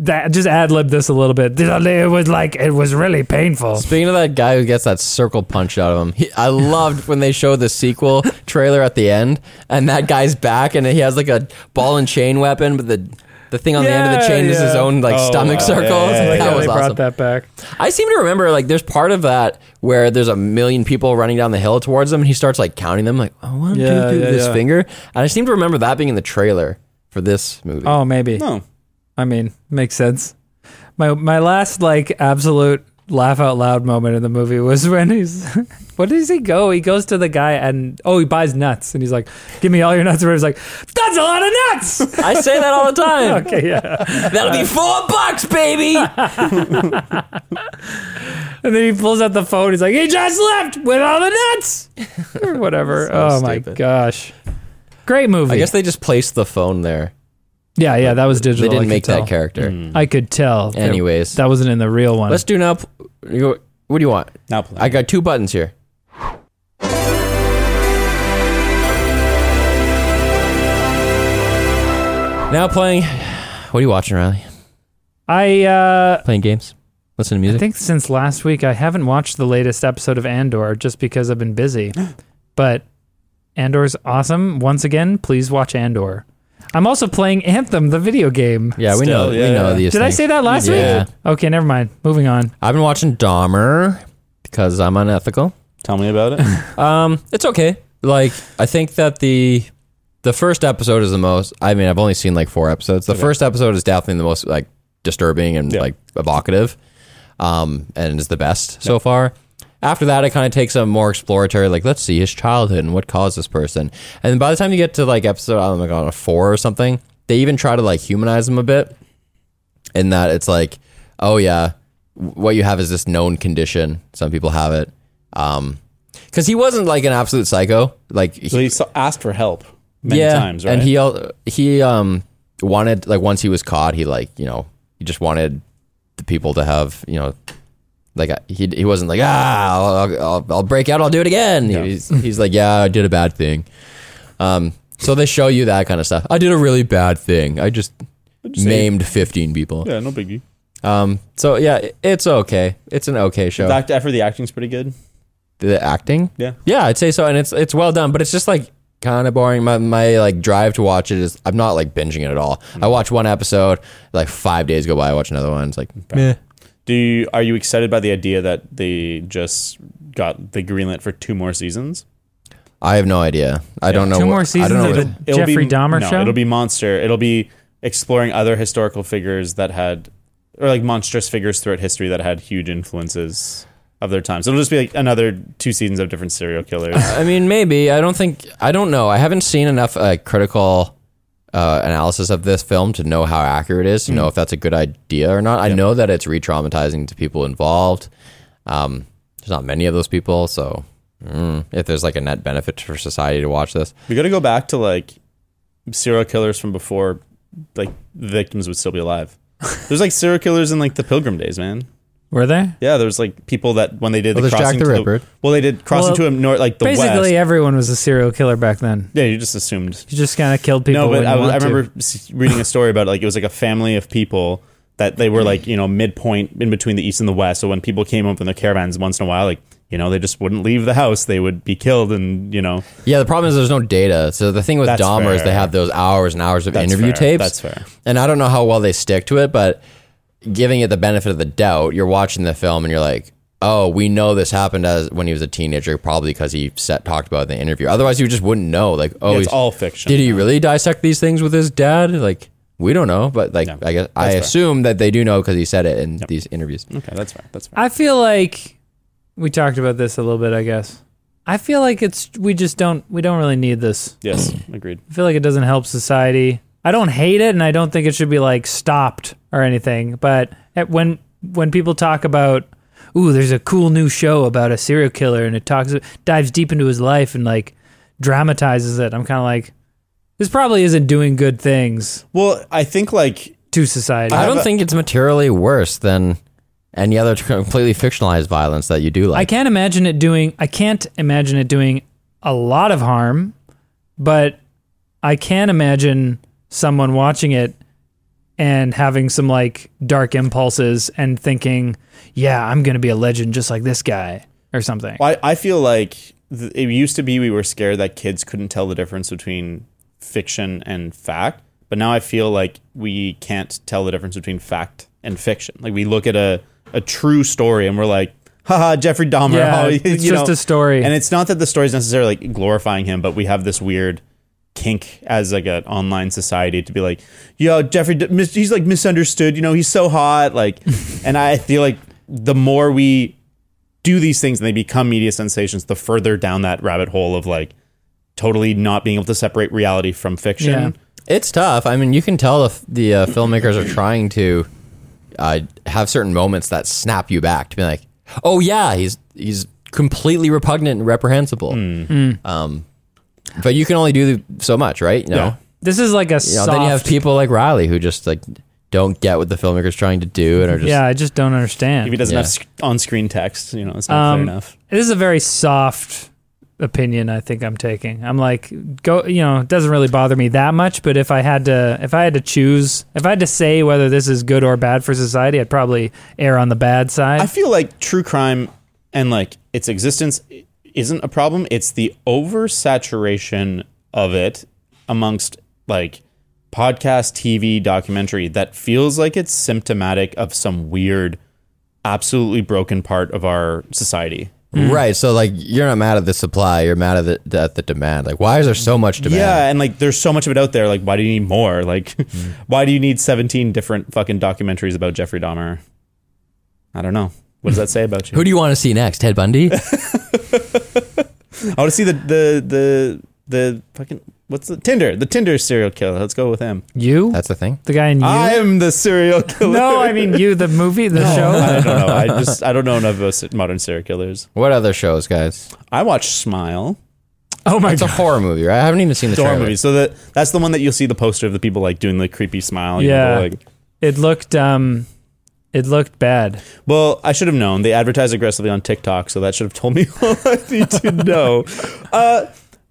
Speaker 3: that, just ad lib this a little bit. uh, It was like it was really painful.
Speaker 1: Speaking of that guy who gets that circle punched out of him, he, I loved when they showed the sequel trailer at the end, and that guy's back, and he has like a ball and chain weapon, but the the thing on the end of the
Speaker 3: Yeah,
Speaker 1: chain is his
Speaker 3: yeah.
Speaker 1: own like
Speaker 2: Oh,
Speaker 1: stomach
Speaker 2: wow.
Speaker 1: circle.
Speaker 2: Yeah, yeah,
Speaker 1: It's like,
Speaker 2: yeah.
Speaker 3: Like
Speaker 1: that
Speaker 3: how
Speaker 1: was
Speaker 3: they brought
Speaker 1: awesome.
Speaker 3: that back.
Speaker 1: I seem to remember like there's part of that where there's a million people running down the hill towards him, and he starts like counting them, like oh, one, two,
Speaker 3: Yeah,
Speaker 1: three,
Speaker 3: yeah,
Speaker 1: this
Speaker 3: yeah.
Speaker 1: finger, and I seem to remember that being in the trailer for this movie.
Speaker 3: Oh, maybe.
Speaker 2: No.
Speaker 3: I mean, makes sense. My my last like absolute laugh out loud moment in the movie was when he's what does he go? He goes to the guy and oh he buys nuts and he's like, Give me all your nuts or he's like, That's a lot of nuts
Speaker 1: I say that all the time.
Speaker 3: Okay, yeah.
Speaker 1: That'll be four bucks, baby.
Speaker 3: And then he pulls out the phone. He's like, "He just left with all the nuts," or whatever.
Speaker 1: So
Speaker 3: oh my
Speaker 1: stupid.
Speaker 3: gosh, great movie.
Speaker 1: I guess they just placed the phone there.
Speaker 3: yeah, yeah, that was digital.
Speaker 1: They
Speaker 3: I
Speaker 1: didn't
Speaker 3: could
Speaker 1: make
Speaker 3: tell. Hmm.
Speaker 1: that character.
Speaker 3: I could tell. that-
Speaker 1: Anyways,
Speaker 3: that wasn't in the real one.
Speaker 1: let's do now. pl- you- What do you want?
Speaker 2: Now play.
Speaker 1: I got two buttons here. Now playing. What are you watching, Riley?
Speaker 3: I uh,
Speaker 1: Playing games? Listening to
Speaker 3: I
Speaker 1: music?
Speaker 3: think since last week I haven't watched the latest episode of Andor just because I've been busy. but Andor's awesome. Once again, please watch Andor. I'm also playing Anthem, the video game.
Speaker 1: yeah, we know.
Speaker 2: Still, yeah,
Speaker 1: we know
Speaker 2: yeah.
Speaker 1: these.
Speaker 3: Did I
Speaker 1: things.
Speaker 3: say that last
Speaker 1: Yeah.
Speaker 3: week? Okay, never mind. Moving on.
Speaker 1: I've been watching Dahmer because I'm unethical.
Speaker 2: Tell me about it.
Speaker 1: Um, it's okay. Like I think that the the first episode is the most. I mean, I've only seen like four episodes. The first episode is definitely the most like disturbing and
Speaker 2: Yeah.
Speaker 1: like evocative, um, and is the best so far. After that, it kind of takes a more exploratory, like let's see his childhood and what caused this person. And by the time you get to like episode, I don't know, like on a four or something, they even try to like humanize him a bit in that it's like, oh yeah, w- what you have is this known condition. Some people have it. Um 'cause because he wasn't like an absolute psycho. Like, he-
Speaker 2: So he so- asked for help many times, right?
Speaker 1: and he al- he um wanted like once he was caught, he like you know he just wanted the people to have you know like I- he he wasn't like ah I'll, I'll, I'll break out I'll do it again. He's he's like yeah I did a bad thing. Um, so they show you that kind of stuff. I did a really bad thing. I just, maimed fifteen people.
Speaker 2: yeah, no biggie.
Speaker 1: Um, so yeah, i- it's okay. It's an okay show.
Speaker 2: The act, after the acting's pretty good.
Speaker 1: the acting,
Speaker 2: Yeah.
Speaker 1: yeah, I'd say so, and it's it's well done, but it's just like kind of boring. My my like drive to watch it is I'm not like binging it at all. I watch one episode, like five days go by, I watch another one. It's like meh.
Speaker 2: Do you are you excited by the idea that they just got the greenlit for two more seasons?
Speaker 1: I have no idea. Oh, I don't know.
Speaker 3: Two
Speaker 1: what-
Speaker 3: more
Speaker 1: I
Speaker 3: seasons
Speaker 1: don't know
Speaker 3: of
Speaker 1: what-
Speaker 3: the Jeffrey Dahmer
Speaker 2: no,
Speaker 3: show.
Speaker 2: It'll be monster. It'll be exploring other historical figures that had or like monstrous figures throughout history that had huge influences of their time. So it'll just be like another two seasons of different serial killers.
Speaker 1: I mean, maybe. I don't think. I don't know. I haven't seen enough uh, critical uh, analysis of this film to know how accurate it is,
Speaker 3: Hmm.
Speaker 1: to know if that's a good idea or not. I know that it's re traumatizing to people involved. Um, there's not many of those people. So mm, if there's like a net benefit for society to watch this,
Speaker 2: we got to go back to like serial killers from before like victims would still be alive. There's like serial killers in like the Pilgrim days, man.
Speaker 3: Were they?
Speaker 2: Yeah, there was like people that when they did
Speaker 4: Well,
Speaker 2: the
Speaker 4: there's Jack
Speaker 2: crossing
Speaker 4: the
Speaker 2: to
Speaker 4: Ripper.
Speaker 2: well, they did crossing
Speaker 3: Well,
Speaker 2: to him north like the
Speaker 3: Basically,
Speaker 2: west.
Speaker 3: everyone was a serial killer back then.
Speaker 2: Yeah, you just assumed.
Speaker 3: You just kind of killed people.
Speaker 2: no,
Speaker 3: when
Speaker 2: but
Speaker 3: you
Speaker 2: I, was- I
Speaker 3: want to.
Speaker 2: remember s- reading a story about like it was like a family of people that they were like you know midpoint in between the east and the west. So when people came up in their caravans once in a while, like you know they just wouldn't leave the house. They would be killed, and you know
Speaker 1: yeah. The problem is there's no data. So the thing with
Speaker 2: That's
Speaker 1: Dahmer is they
Speaker 2: fair.
Speaker 1: have those hours and hours of
Speaker 2: That's
Speaker 1: interview
Speaker 2: fair.
Speaker 1: tapes.
Speaker 2: That's fair.
Speaker 1: And I don't know how well they stick to it, but giving it the benefit of the doubt, you're watching the film and you're like, oh, we know this happened as when he was a teenager, probably because he set, talked about it in the interview. Otherwise, you just wouldn't know. Like, oh,
Speaker 2: Yeah, it's
Speaker 1: he's-
Speaker 2: all fiction.
Speaker 1: Did he really dissect these things with his dad? Like, we don't know, but like, I guess I assume that they do know because he said it in these interviews.
Speaker 2: Okay, that's fair. That's fair.
Speaker 3: I feel like we talked about this a little bit. I guess I feel like it's we just don't we don't really need this.
Speaker 2: Yes, agreed.
Speaker 3: I feel like it doesn't help society. I don't hate it, and I don't think it should be like stopped or anything. But at, when when people talk about, ooh, there's a cool new show about a serial killer, and it talks dives deep into his life and like dramatizes it. I'm kind of like, this probably isn't doing good things
Speaker 2: Well, I think like
Speaker 3: to society.
Speaker 1: I
Speaker 2: have
Speaker 1: don't
Speaker 2: a-
Speaker 1: think it's materially worse than any other completely fictionalized violence that you do
Speaker 3: I
Speaker 1: like.
Speaker 3: can't imagine it doing. I can't imagine it doing a lot of harm, but I can imagine someone watching it and having some like dark impulses and thinking, "Yeah, I'm gonna be a legend just like this guy" or something.
Speaker 2: I, I feel like th- it used to be we were scared that kids couldn't tell the difference between fiction and fact, but now I feel like we can't tell the difference between fact and fiction. Like we look at a, a true story and we're like, haha, Jeffrey Dahmer.
Speaker 3: Yeah,
Speaker 2: oh,"
Speaker 3: it's
Speaker 2: you
Speaker 3: just
Speaker 2: know?
Speaker 3: a story.
Speaker 2: And it's not that the story's necessarily like glorifying him, but we have this weird kink as like an online society to be like, yo, Jeffrey, D- mis- he's like misunderstood. You know, he's so hot. Like, and I feel like the more we do these things and they become media sensations, the further down that rabbit hole of like totally not being able to separate reality from fiction.
Speaker 3: Yeah.
Speaker 1: It's tough. I mean, you can tell the, the uh, filmmakers are trying to uh, have certain moments that snap you back to be like, "Oh yeah, he's he's completely repugnant and reprehensible." Um, but you can only do so much, right? You know?
Speaker 2: Yeah.
Speaker 3: this is like a
Speaker 1: You know, then you have
Speaker 3: soft-
Speaker 1: people like Riley who just like don't get what the filmmaker's trying to do and are just
Speaker 3: yeah, I just don't understand.
Speaker 2: If he doesn't
Speaker 1: Yeah.
Speaker 2: have sc- on-screen text, you know, it's not
Speaker 3: Um,
Speaker 2: clear enough.
Speaker 3: This is a very soft opinion I think I'm taking. I'm like go you know, it doesn't really bother me that much, but if I had to if I had to choose, if I had to say whether this is good or bad for society, I'd probably err on the bad side.
Speaker 2: I feel like true crime and like its existence isn't a problem. It's the oversaturation of it amongst like podcast, TV, documentary that feels like it's symptomatic of some weird, absolutely broken part of our society.
Speaker 1: right. So like you're not mad at the supply, you're mad at the, the- at the demand. Like why is there so much demand?
Speaker 2: Yeah, and like there's so much of it out there. Like, why do you need more? Like,
Speaker 3: Hmm.
Speaker 2: why do you need 17 different fucking documentaries about Jeffrey Dahmer? I don't know. What does that say about you?
Speaker 1: Who do you want to see next? Ted Bundy?
Speaker 2: I want to see the the the the fucking what's the Tinder the Tinder serial killer. Let's go with him.
Speaker 3: you?
Speaker 1: That's the thing.
Speaker 3: the guy in you?
Speaker 2: I am the serial killer.
Speaker 3: no, I mean you the movie, the show.
Speaker 2: I don't know. I just I don't know enough about se- modern serial killers.
Speaker 1: What other shows, guys?
Speaker 2: I watch Smile.
Speaker 3: Oh my
Speaker 1: It's a
Speaker 3: god.
Speaker 1: horror movie, right? I haven't even seen the
Speaker 2: It's a horror
Speaker 1: trailer.
Speaker 2: movie. So that that's the one that you'll see the poster of the people like doing the creepy smile. you know,
Speaker 3: Yeah.
Speaker 2: they're like,
Speaker 3: It looked um it looked bad.
Speaker 2: well, I should have known. They advertise aggressively on TikTok, so that should have told me all I need to know. Uh,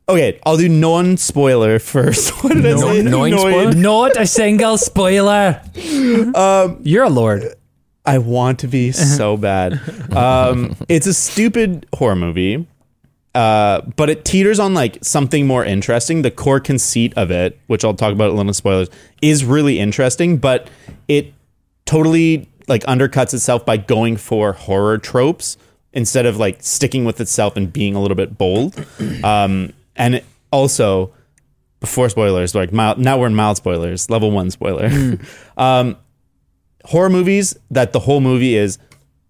Speaker 2: okay, I'll do non spoiler first. What did I say?
Speaker 1: non-
Speaker 2: Annoyed.
Speaker 3: Not a single spoiler. Um, You're a lord.
Speaker 2: I want to be so bad. Um, it's a stupid horror movie, uh, but it teeters on like something more interesting. The core conceit of it, which I'll talk about a little spoilers, is really interesting, but it totally like undercuts itself by going for horror tropes instead of like sticking with itself and being a little bit bold. Um, and it also before spoilers, like mild, now we're in mild spoilers, level one spoiler. um, horror movies that the whole movie is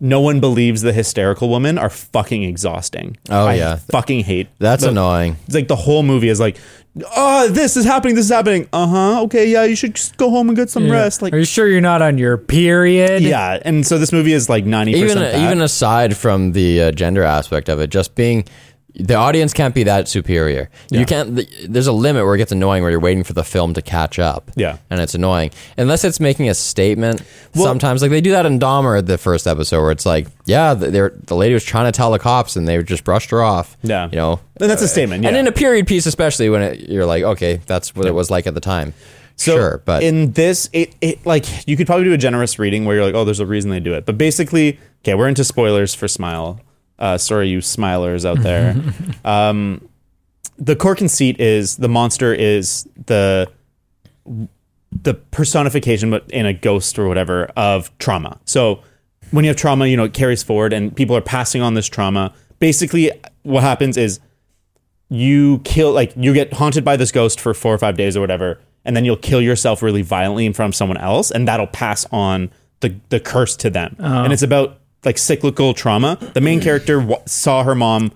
Speaker 2: no one believes the hysterical woman are fucking exhausting.
Speaker 1: Oh,
Speaker 2: I
Speaker 1: yeah.
Speaker 2: fucking hate.
Speaker 1: That's
Speaker 2: the-
Speaker 1: annoying.
Speaker 2: It's like the whole movie is like, oh, this is happening. This is happening. Uh huh. Okay, yeah, you should just go home and get some
Speaker 3: Yeah.
Speaker 2: rest. Like,
Speaker 3: Are you sure you're not on your period?
Speaker 2: yeah. And so this movie is like ninety
Speaker 1: even
Speaker 2: percent.
Speaker 1: even aside from the uh, gender aspect of it, just being the audience can't be that superior. You can't. th- There's a limit where it gets annoying where you're waiting for the film to catch up.
Speaker 2: Yeah.
Speaker 1: and it's annoying unless it's making a statement. Sometimes, like they do that in Dahmer, the first episode, where it's like, yeah, th- they're, the lady was trying to tell the cops and they just brushed her off.
Speaker 2: Yeah.
Speaker 1: you know.
Speaker 2: and that's a statement. Yeah.
Speaker 1: And in a period piece, especially when it, you're like, okay, that's what it was like at the time.
Speaker 2: So
Speaker 1: sure, but
Speaker 2: in this, it, it like you could probably do a generous reading where you're like, oh, there's a reason they do it. But basically, okay, we're into spoilers for Smile. Uh, sorry, you smilers out there. um, the core conceit is the monster is the the personification, but in a ghost or whatever, of trauma. So when you have trauma, you know it carries forward, and people are passing on this trauma. Basically, what happens is you kill like you get haunted by this ghost for four or five days or whatever, and then you'll kill yourself really violently in front of someone else, and that'll pass on the the curse to them. And it's about like cyclical trauma. The main character w- saw her mom,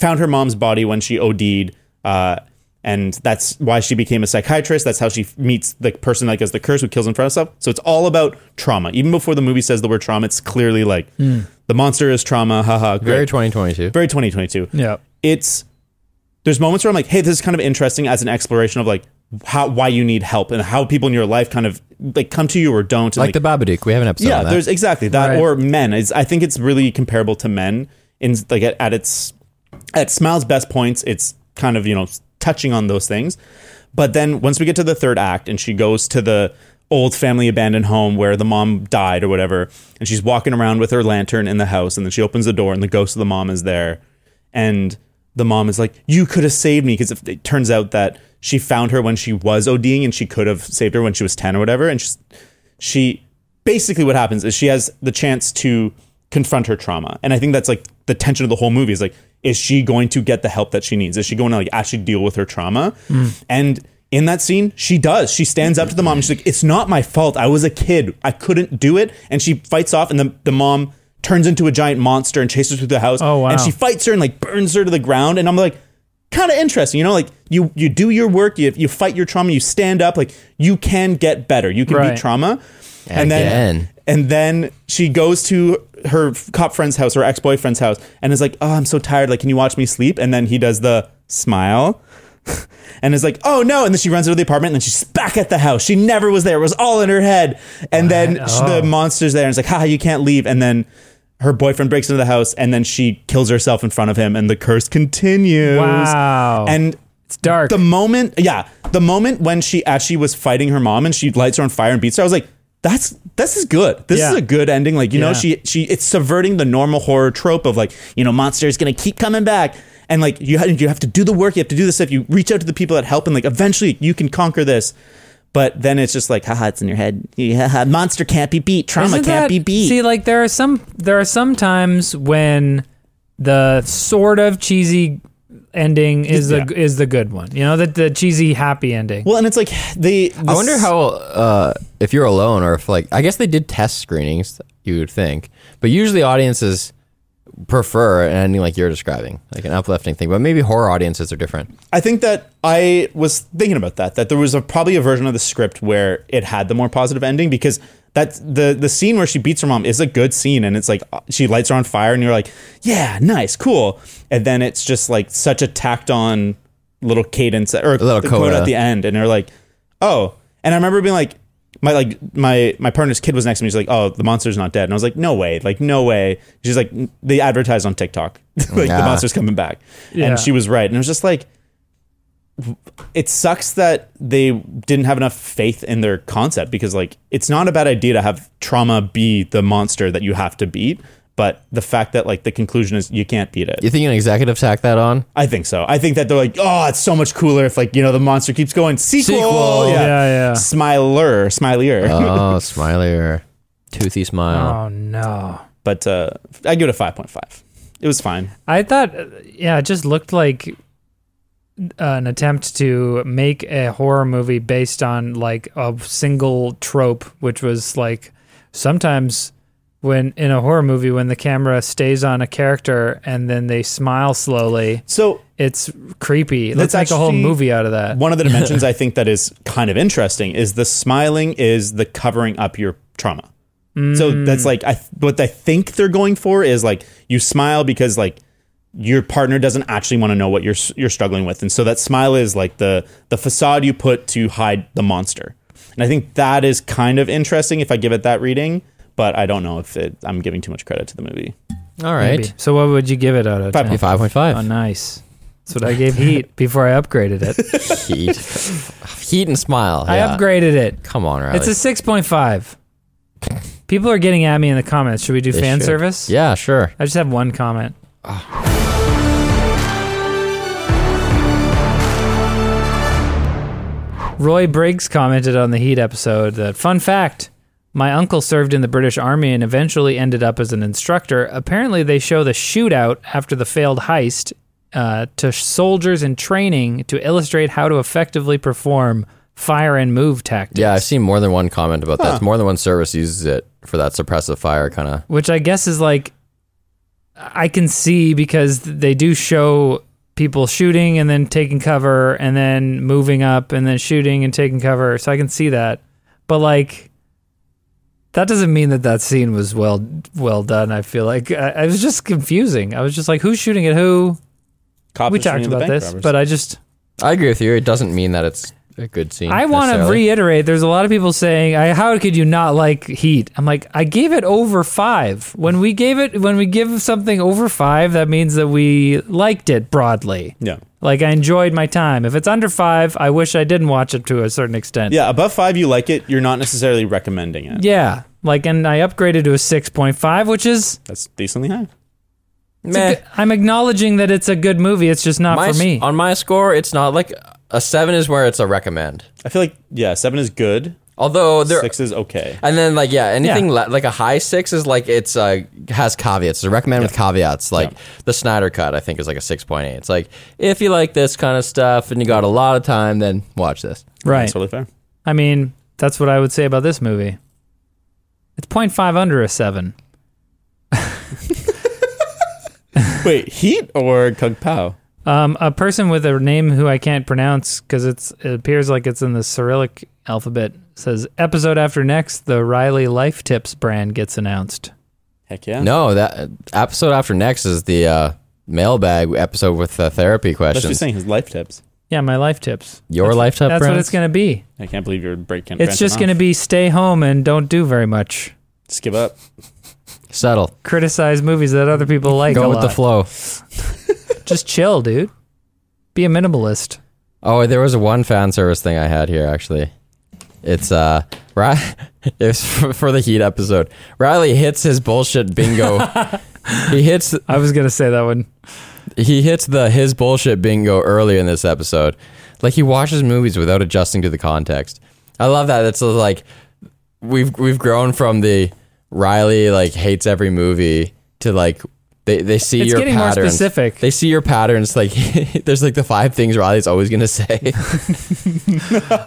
Speaker 2: found her mom's body when she OD'd, uh, and that's why she became a psychiatrist. That's how she f- meets the person like as the curse who kills in front of herself. So it's all about trauma. Even before the movie says the word trauma, it's clearly like the monster is trauma. Haha. Great.
Speaker 1: very 2022.
Speaker 2: very 2022
Speaker 3: Yeah.
Speaker 2: it's there's moments where I'm like, hey, this is kind of interesting as an exploration of like how why you need help and how people in your life kind of like come to you or don't. And
Speaker 1: Like the Babadook, we have an episode.
Speaker 2: yeah,
Speaker 1: on that.
Speaker 2: there's exactly that
Speaker 3: Right.
Speaker 2: or men. Is I think it's really comparable to men in like at, at its at Smile's best points. It's kind of you know touching on those things, but then once we get to the third act and she goes to the old family abandoned home where the mom died or whatever, and she's walking around with her lantern in the house, and then she opens the door and the ghost of the mom is there, and the mom is like, "You could have saved me," because it turns out that she found her when she was ODing and she could have saved her when she was ten or whatever, and she's she basically what happens is she has the chance to confront her trauma and i think that's like the tension of the whole movie is like is she going to get the help that she needs is she going to like actually deal with her trauma
Speaker 3: Mm.
Speaker 2: and in that scene she does she stands up to the mom and she's like it's not my fault i was a kid i couldn't do it and she fights off and the, the mom turns into a giant monster and chases her through the house
Speaker 3: Oh, wow.
Speaker 2: and she fights her and like burns her to the ground and i'm like kind of interesting you know like you you do your work you, you fight your trauma you stand up like you can get better you can
Speaker 3: Right.
Speaker 2: be trauma and then
Speaker 1: Again.
Speaker 2: and then she goes to her f- cop friend's house her ex-boyfriend's house and is like oh i'm so tired like can you watch me sleep and then he does the smile and is like oh no and then she runs into the apartment and then she's back at the house she never was there it was all in her head and then sh the monster's there and it's like haha you can't leave and then her boyfriend breaks into the house and then she kills herself in front of him and the curse continues
Speaker 3: Wow.
Speaker 2: and
Speaker 3: it's dark.
Speaker 2: the moment yeah the moment when she actually was fighting her mom and she lights her on fire and beats her i was like that's this is good this
Speaker 3: Yeah.
Speaker 2: is a good ending like you know
Speaker 3: Yeah.
Speaker 2: she she it's subverting the normal horror trope of like you know monster is gonna keep coming back and like you have, you have to do the work you have to do this stuff you reach out to the people that help and like eventually you can conquer this but then it's just like haha it's in your head yeah, monster can't be beat trauma
Speaker 3: Isn't
Speaker 2: can't
Speaker 3: that-
Speaker 2: be beat
Speaker 3: See, like there are some there are some times when the sort of cheesy ending is the
Speaker 2: Yeah.
Speaker 3: is the good one. You know that the cheesy happy ending.
Speaker 2: well and it's like they
Speaker 1: I wonder how uh, if you're alone or if like I guess they did test screenings. You would think, but usually audiences prefer an ending like you're describing, like an uplifting thing. But maybe horror audiences are different.
Speaker 2: I think that I was thinking about that. That there was a, probably a version of the script where it had the more positive ending because that's the the scene where she beats her mom is a good scene, and it's like uh, she lights her on fire, and you're like, yeah, nice, cool. And then it's just like such a tacked on little cadence or
Speaker 1: little
Speaker 2: the quote
Speaker 1: coda.
Speaker 2: at the end, and you're like, oh. And I remember being like, my like my my partner's kid was next to me. She's like, oh, the monster's not dead, and I was like, no way, like no way. She's like, they advertised on TikTok, like the
Speaker 1: Yeah.
Speaker 2: monster's coming back,
Speaker 3: Yeah.
Speaker 2: and she was right, and it was just like it sucks that they didn't have enough faith in their concept because like it's not a bad idea to have trauma be the monster that you have to beat but the fact that like the conclusion is you can't beat it
Speaker 1: You think an executive tack that on?
Speaker 2: i think so i think that they're like oh it's so much cooler if like you know the monster keeps going sequel,
Speaker 1: Sequel.
Speaker 3: Yeah, yeah.
Speaker 2: smiler smilier
Speaker 1: Oh, smiley or toothy smile.
Speaker 3: Oh no.
Speaker 2: but uh i give it a 5.5 it was fine
Speaker 3: I thought uh, yeah, it just looked like uh, an attempt to make a horror movie based on like a single trope which was like sometimes when in a horror movie when the camera stays on a character and then they smile slowly,
Speaker 2: So
Speaker 3: it's creepy. Let's
Speaker 2: That's
Speaker 3: make a whole
Speaker 2: actually
Speaker 3: movie out of that.
Speaker 2: one of the dimensions I think that is kind of interesting is the smiling is the covering up your trauma. So
Speaker 3: Mm.
Speaker 2: that's like I th- what I think they're going for is like you smile because like your partner doesn't actually want to know what you're s- you're struggling with, and so that smile is like the the facade you put to hide the monster. And I think that is kind of interesting if I give it that reading, but I don't know if it, I'm giving too much credit to the movie.
Speaker 1: All
Speaker 3: Oh, Maybe.
Speaker 1: right.
Speaker 3: So what would you give it out of
Speaker 2: Five
Speaker 3: 10?
Speaker 1: Five point
Speaker 3: Oh,
Speaker 1: five.
Speaker 3: nice. That's what I gave Heat before I upgraded it.
Speaker 1: Heat. Heat and smile.
Speaker 3: I
Speaker 1: yeah.
Speaker 3: upgraded it.
Speaker 1: Come on, Riley.
Speaker 3: It's a six point five. People are getting at me in the comments. Should we do
Speaker 1: They
Speaker 3: fan
Speaker 1: should.
Speaker 3: service?
Speaker 1: Yeah, sure.
Speaker 3: I just have one comment. Roy Briggs commented on the Heat episode that, fun fact, my uncle served in the British Army and eventually ended up as an instructor. Apparently, they show the shootout after the failed heist uh, to soldiers in training to illustrate how to effectively perform fire and move tactics.
Speaker 1: Yeah, I've seen more than one comment about that. More than one service uses it for that suppressive fire kind of.
Speaker 3: which I guess is like I can see because they do show people shooting and then taking cover and then moving up and then shooting and taking cover, so I can see that. But like that doesn't mean that that scene was well well done. I feel like I, I was just confusing. I was just like, who's shooting at who?
Speaker 2: Cops
Speaker 3: We
Speaker 2: are shooting
Speaker 3: talked
Speaker 2: at the
Speaker 3: about
Speaker 2: bank
Speaker 3: this,
Speaker 2: robbers.
Speaker 3: but uh, I just
Speaker 1: I agree with you. It doesn't mean that it's a good scene.
Speaker 3: I want to
Speaker 1: necessarily.
Speaker 3: reiterate. There's a lot of people saying, I, "How could you not like Heat?" I'm like, I gave it over five. When we gave it, when we give something over five, that means that we liked it broadly.
Speaker 2: yeah.
Speaker 3: Like I enjoyed my time. If it's under five, I wish I didn't watch it to a certain extent.
Speaker 2: Yeah, above five, you like it. You're not necessarily recommending it.
Speaker 3: Yeah. Like, and I upgraded to a six point five, which is
Speaker 2: That's decently high.
Speaker 3: it's a
Speaker 1: Meh.
Speaker 3: good- I'm acknowledging that it's a good movie. It's just not
Speaker 1: My
Speaker 3: for
Speaker 1: s-
Speaker 3: me.
Speaker 1: On my score, it's not like a seven is where it's a recommend.
Speaker 2: I feel like yeah, seven is good.
Speaker 1: Although there,
Speaker 2: Six is okay.
Speaker 1: and then like yeah, anything
Speaker 3: Yeah.
Speaker 1: le- like a high six is like it's uh has caveats. It's a recommend with caveats. Like the Snyder cut, I think is like a six point eight. It's like if you like this kind of stuff and you got a lot of time, then watch this.
Speaker 3: right.
Speaker 2: That's totally fair.
Speaker 3: I mean, that's what I would say about this movie. It's 0.5 under a seven.
Speaker 2: Wait, Heat or Kung Pao?
Speaker 3: Um, a person with a name who I can't pronounce because it's it appears like it's in the Cyrillic alphabet says episode after next the Riley Life Tips brand gets announced.
Speaker 2: Heck yeah.
Speaker 1: No, that uh, episode after next is the uh, mailbag episode with the therapy
Speaker 2: That's
Speaker 1: questions.
Speaker 2: just saying his life tips.
Speaker 3: Yeah, my life tips.
Speaker 1: Your lifetime.
Speaker 3: That's what
Speaker 1: friends?
Speaker 3: it's gonna be.
Speaker 2: I can't believe you're breaking.
Speaker 3: It's just gonna be stay home and don't do very much.
Speaker 2: just give up.
Speaker 1: settle.
Speaker 3: Criticize movies that other people like.
Speaker 1: Go
Speaker 3: a
Speaker 1: with the
Speaker 3: lot.
Speaker 1: flow.
Speaker 3: Just chill, dude. Be a minimalist.
Speaker 1: Oh, there was one fan service thing I had here actually. It's uh, Ri- it's for, for the Heat episode. Riley hits his bullshit bingo. he hits
Speaker 3: I was gonna say that one.
Speaker 1: he hits the his bullshit bingo earlier in this episode. Like he watches movies without adjusting to the context. I love that. It's like we've we've grown from the Riley like hates every movie to like they, they see
Speaker 3: It's
Speaker 1: your
Speaker 3: getting more
Speaker 1: patterns.
Speaker 3: specific.
Speaker 1: They see your patterns. Like there's like the five things Riley's always gonna say.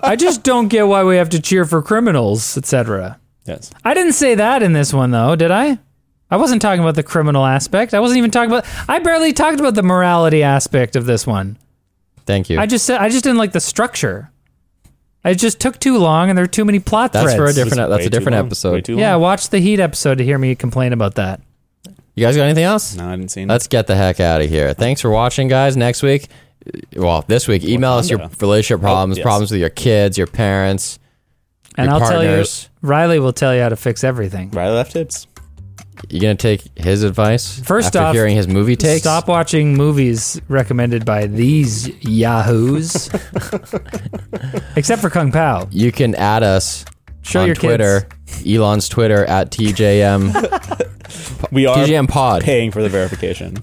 Speaker 3: I just don't get why we have to cheer for criminals, etc.
Speaker 2: Yes.
Speaker 3: I didn't say that in this one though, did I? I wasn't talking about the criminal aspect. I wasn't even talking about I barely talked about the morality aspect of this one.
Speaker 1: Thank you.
Speaker 3: I just said I just didn't like the structure. It just took too long and there were too many plot
Speaker 1: That's
Speaker 3: threads.
Speaker 1: for a different-
Speaker 2: Just
Speaker 1: that's a
Speaker 2: way too
Speaker 1: different
Speaker 2: long.
Speaker 1: episode.
Speaker 2: Way too
Speaker 3: Yeah,
Speaker 2: long.
Speaker 3: watch the Heat episode to hear me complain about that.
Speaker 1: you guys got anything else?
Speaker 2: No, I didn't see. That's
Speaker 1: Let's get the heck out of here. Thanks for watching, guys. Next week, well, this week, email us your
Speaker 2: Wakanda.
Speaker 3: Oh,
Speaker 1: relationship problems,
Speaker 2: yes.
Speaker 1: problems with your kids, your parents,
Speaker 3: And
Speaker 1: your
Speaker 3: I'll
Speaker 1: partners.
Speaker 3: tell you Riley will tell you how to fix everything.
Speaker 2: Riley left tips.
Speaker 1: You gonna take his advice
Speaker 3: First
Speaker 1: after
Speaker 3: off,
Speaker 1: hearing his movie takes.
Speaker 3: Stop watching movies recommended by these yahoos. Except for Kung Pao.
Speaker 1: You can add us
Speaker 3: Show
Speaker 1: on
Speaker 3: your kids.
Speaker 1: Twitter, Elon's Twitter at TJM
Speaker 2: We are
Speaker 1: TJM Pod.
Speaker 2: paying for the verification.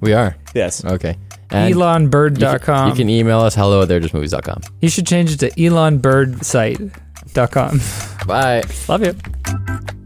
Speaker 1: We are
Speaker 2: Yes.
Speaker 1: okay. And you can,
Speaker 3: ElonBird.com.
Speaker 1: you can email us hello at they'rejustmovies.com.
Speaker 3: You should change it to elonbirdsite.com.
Speaker 1: Bye.
Speaker 3: Love you.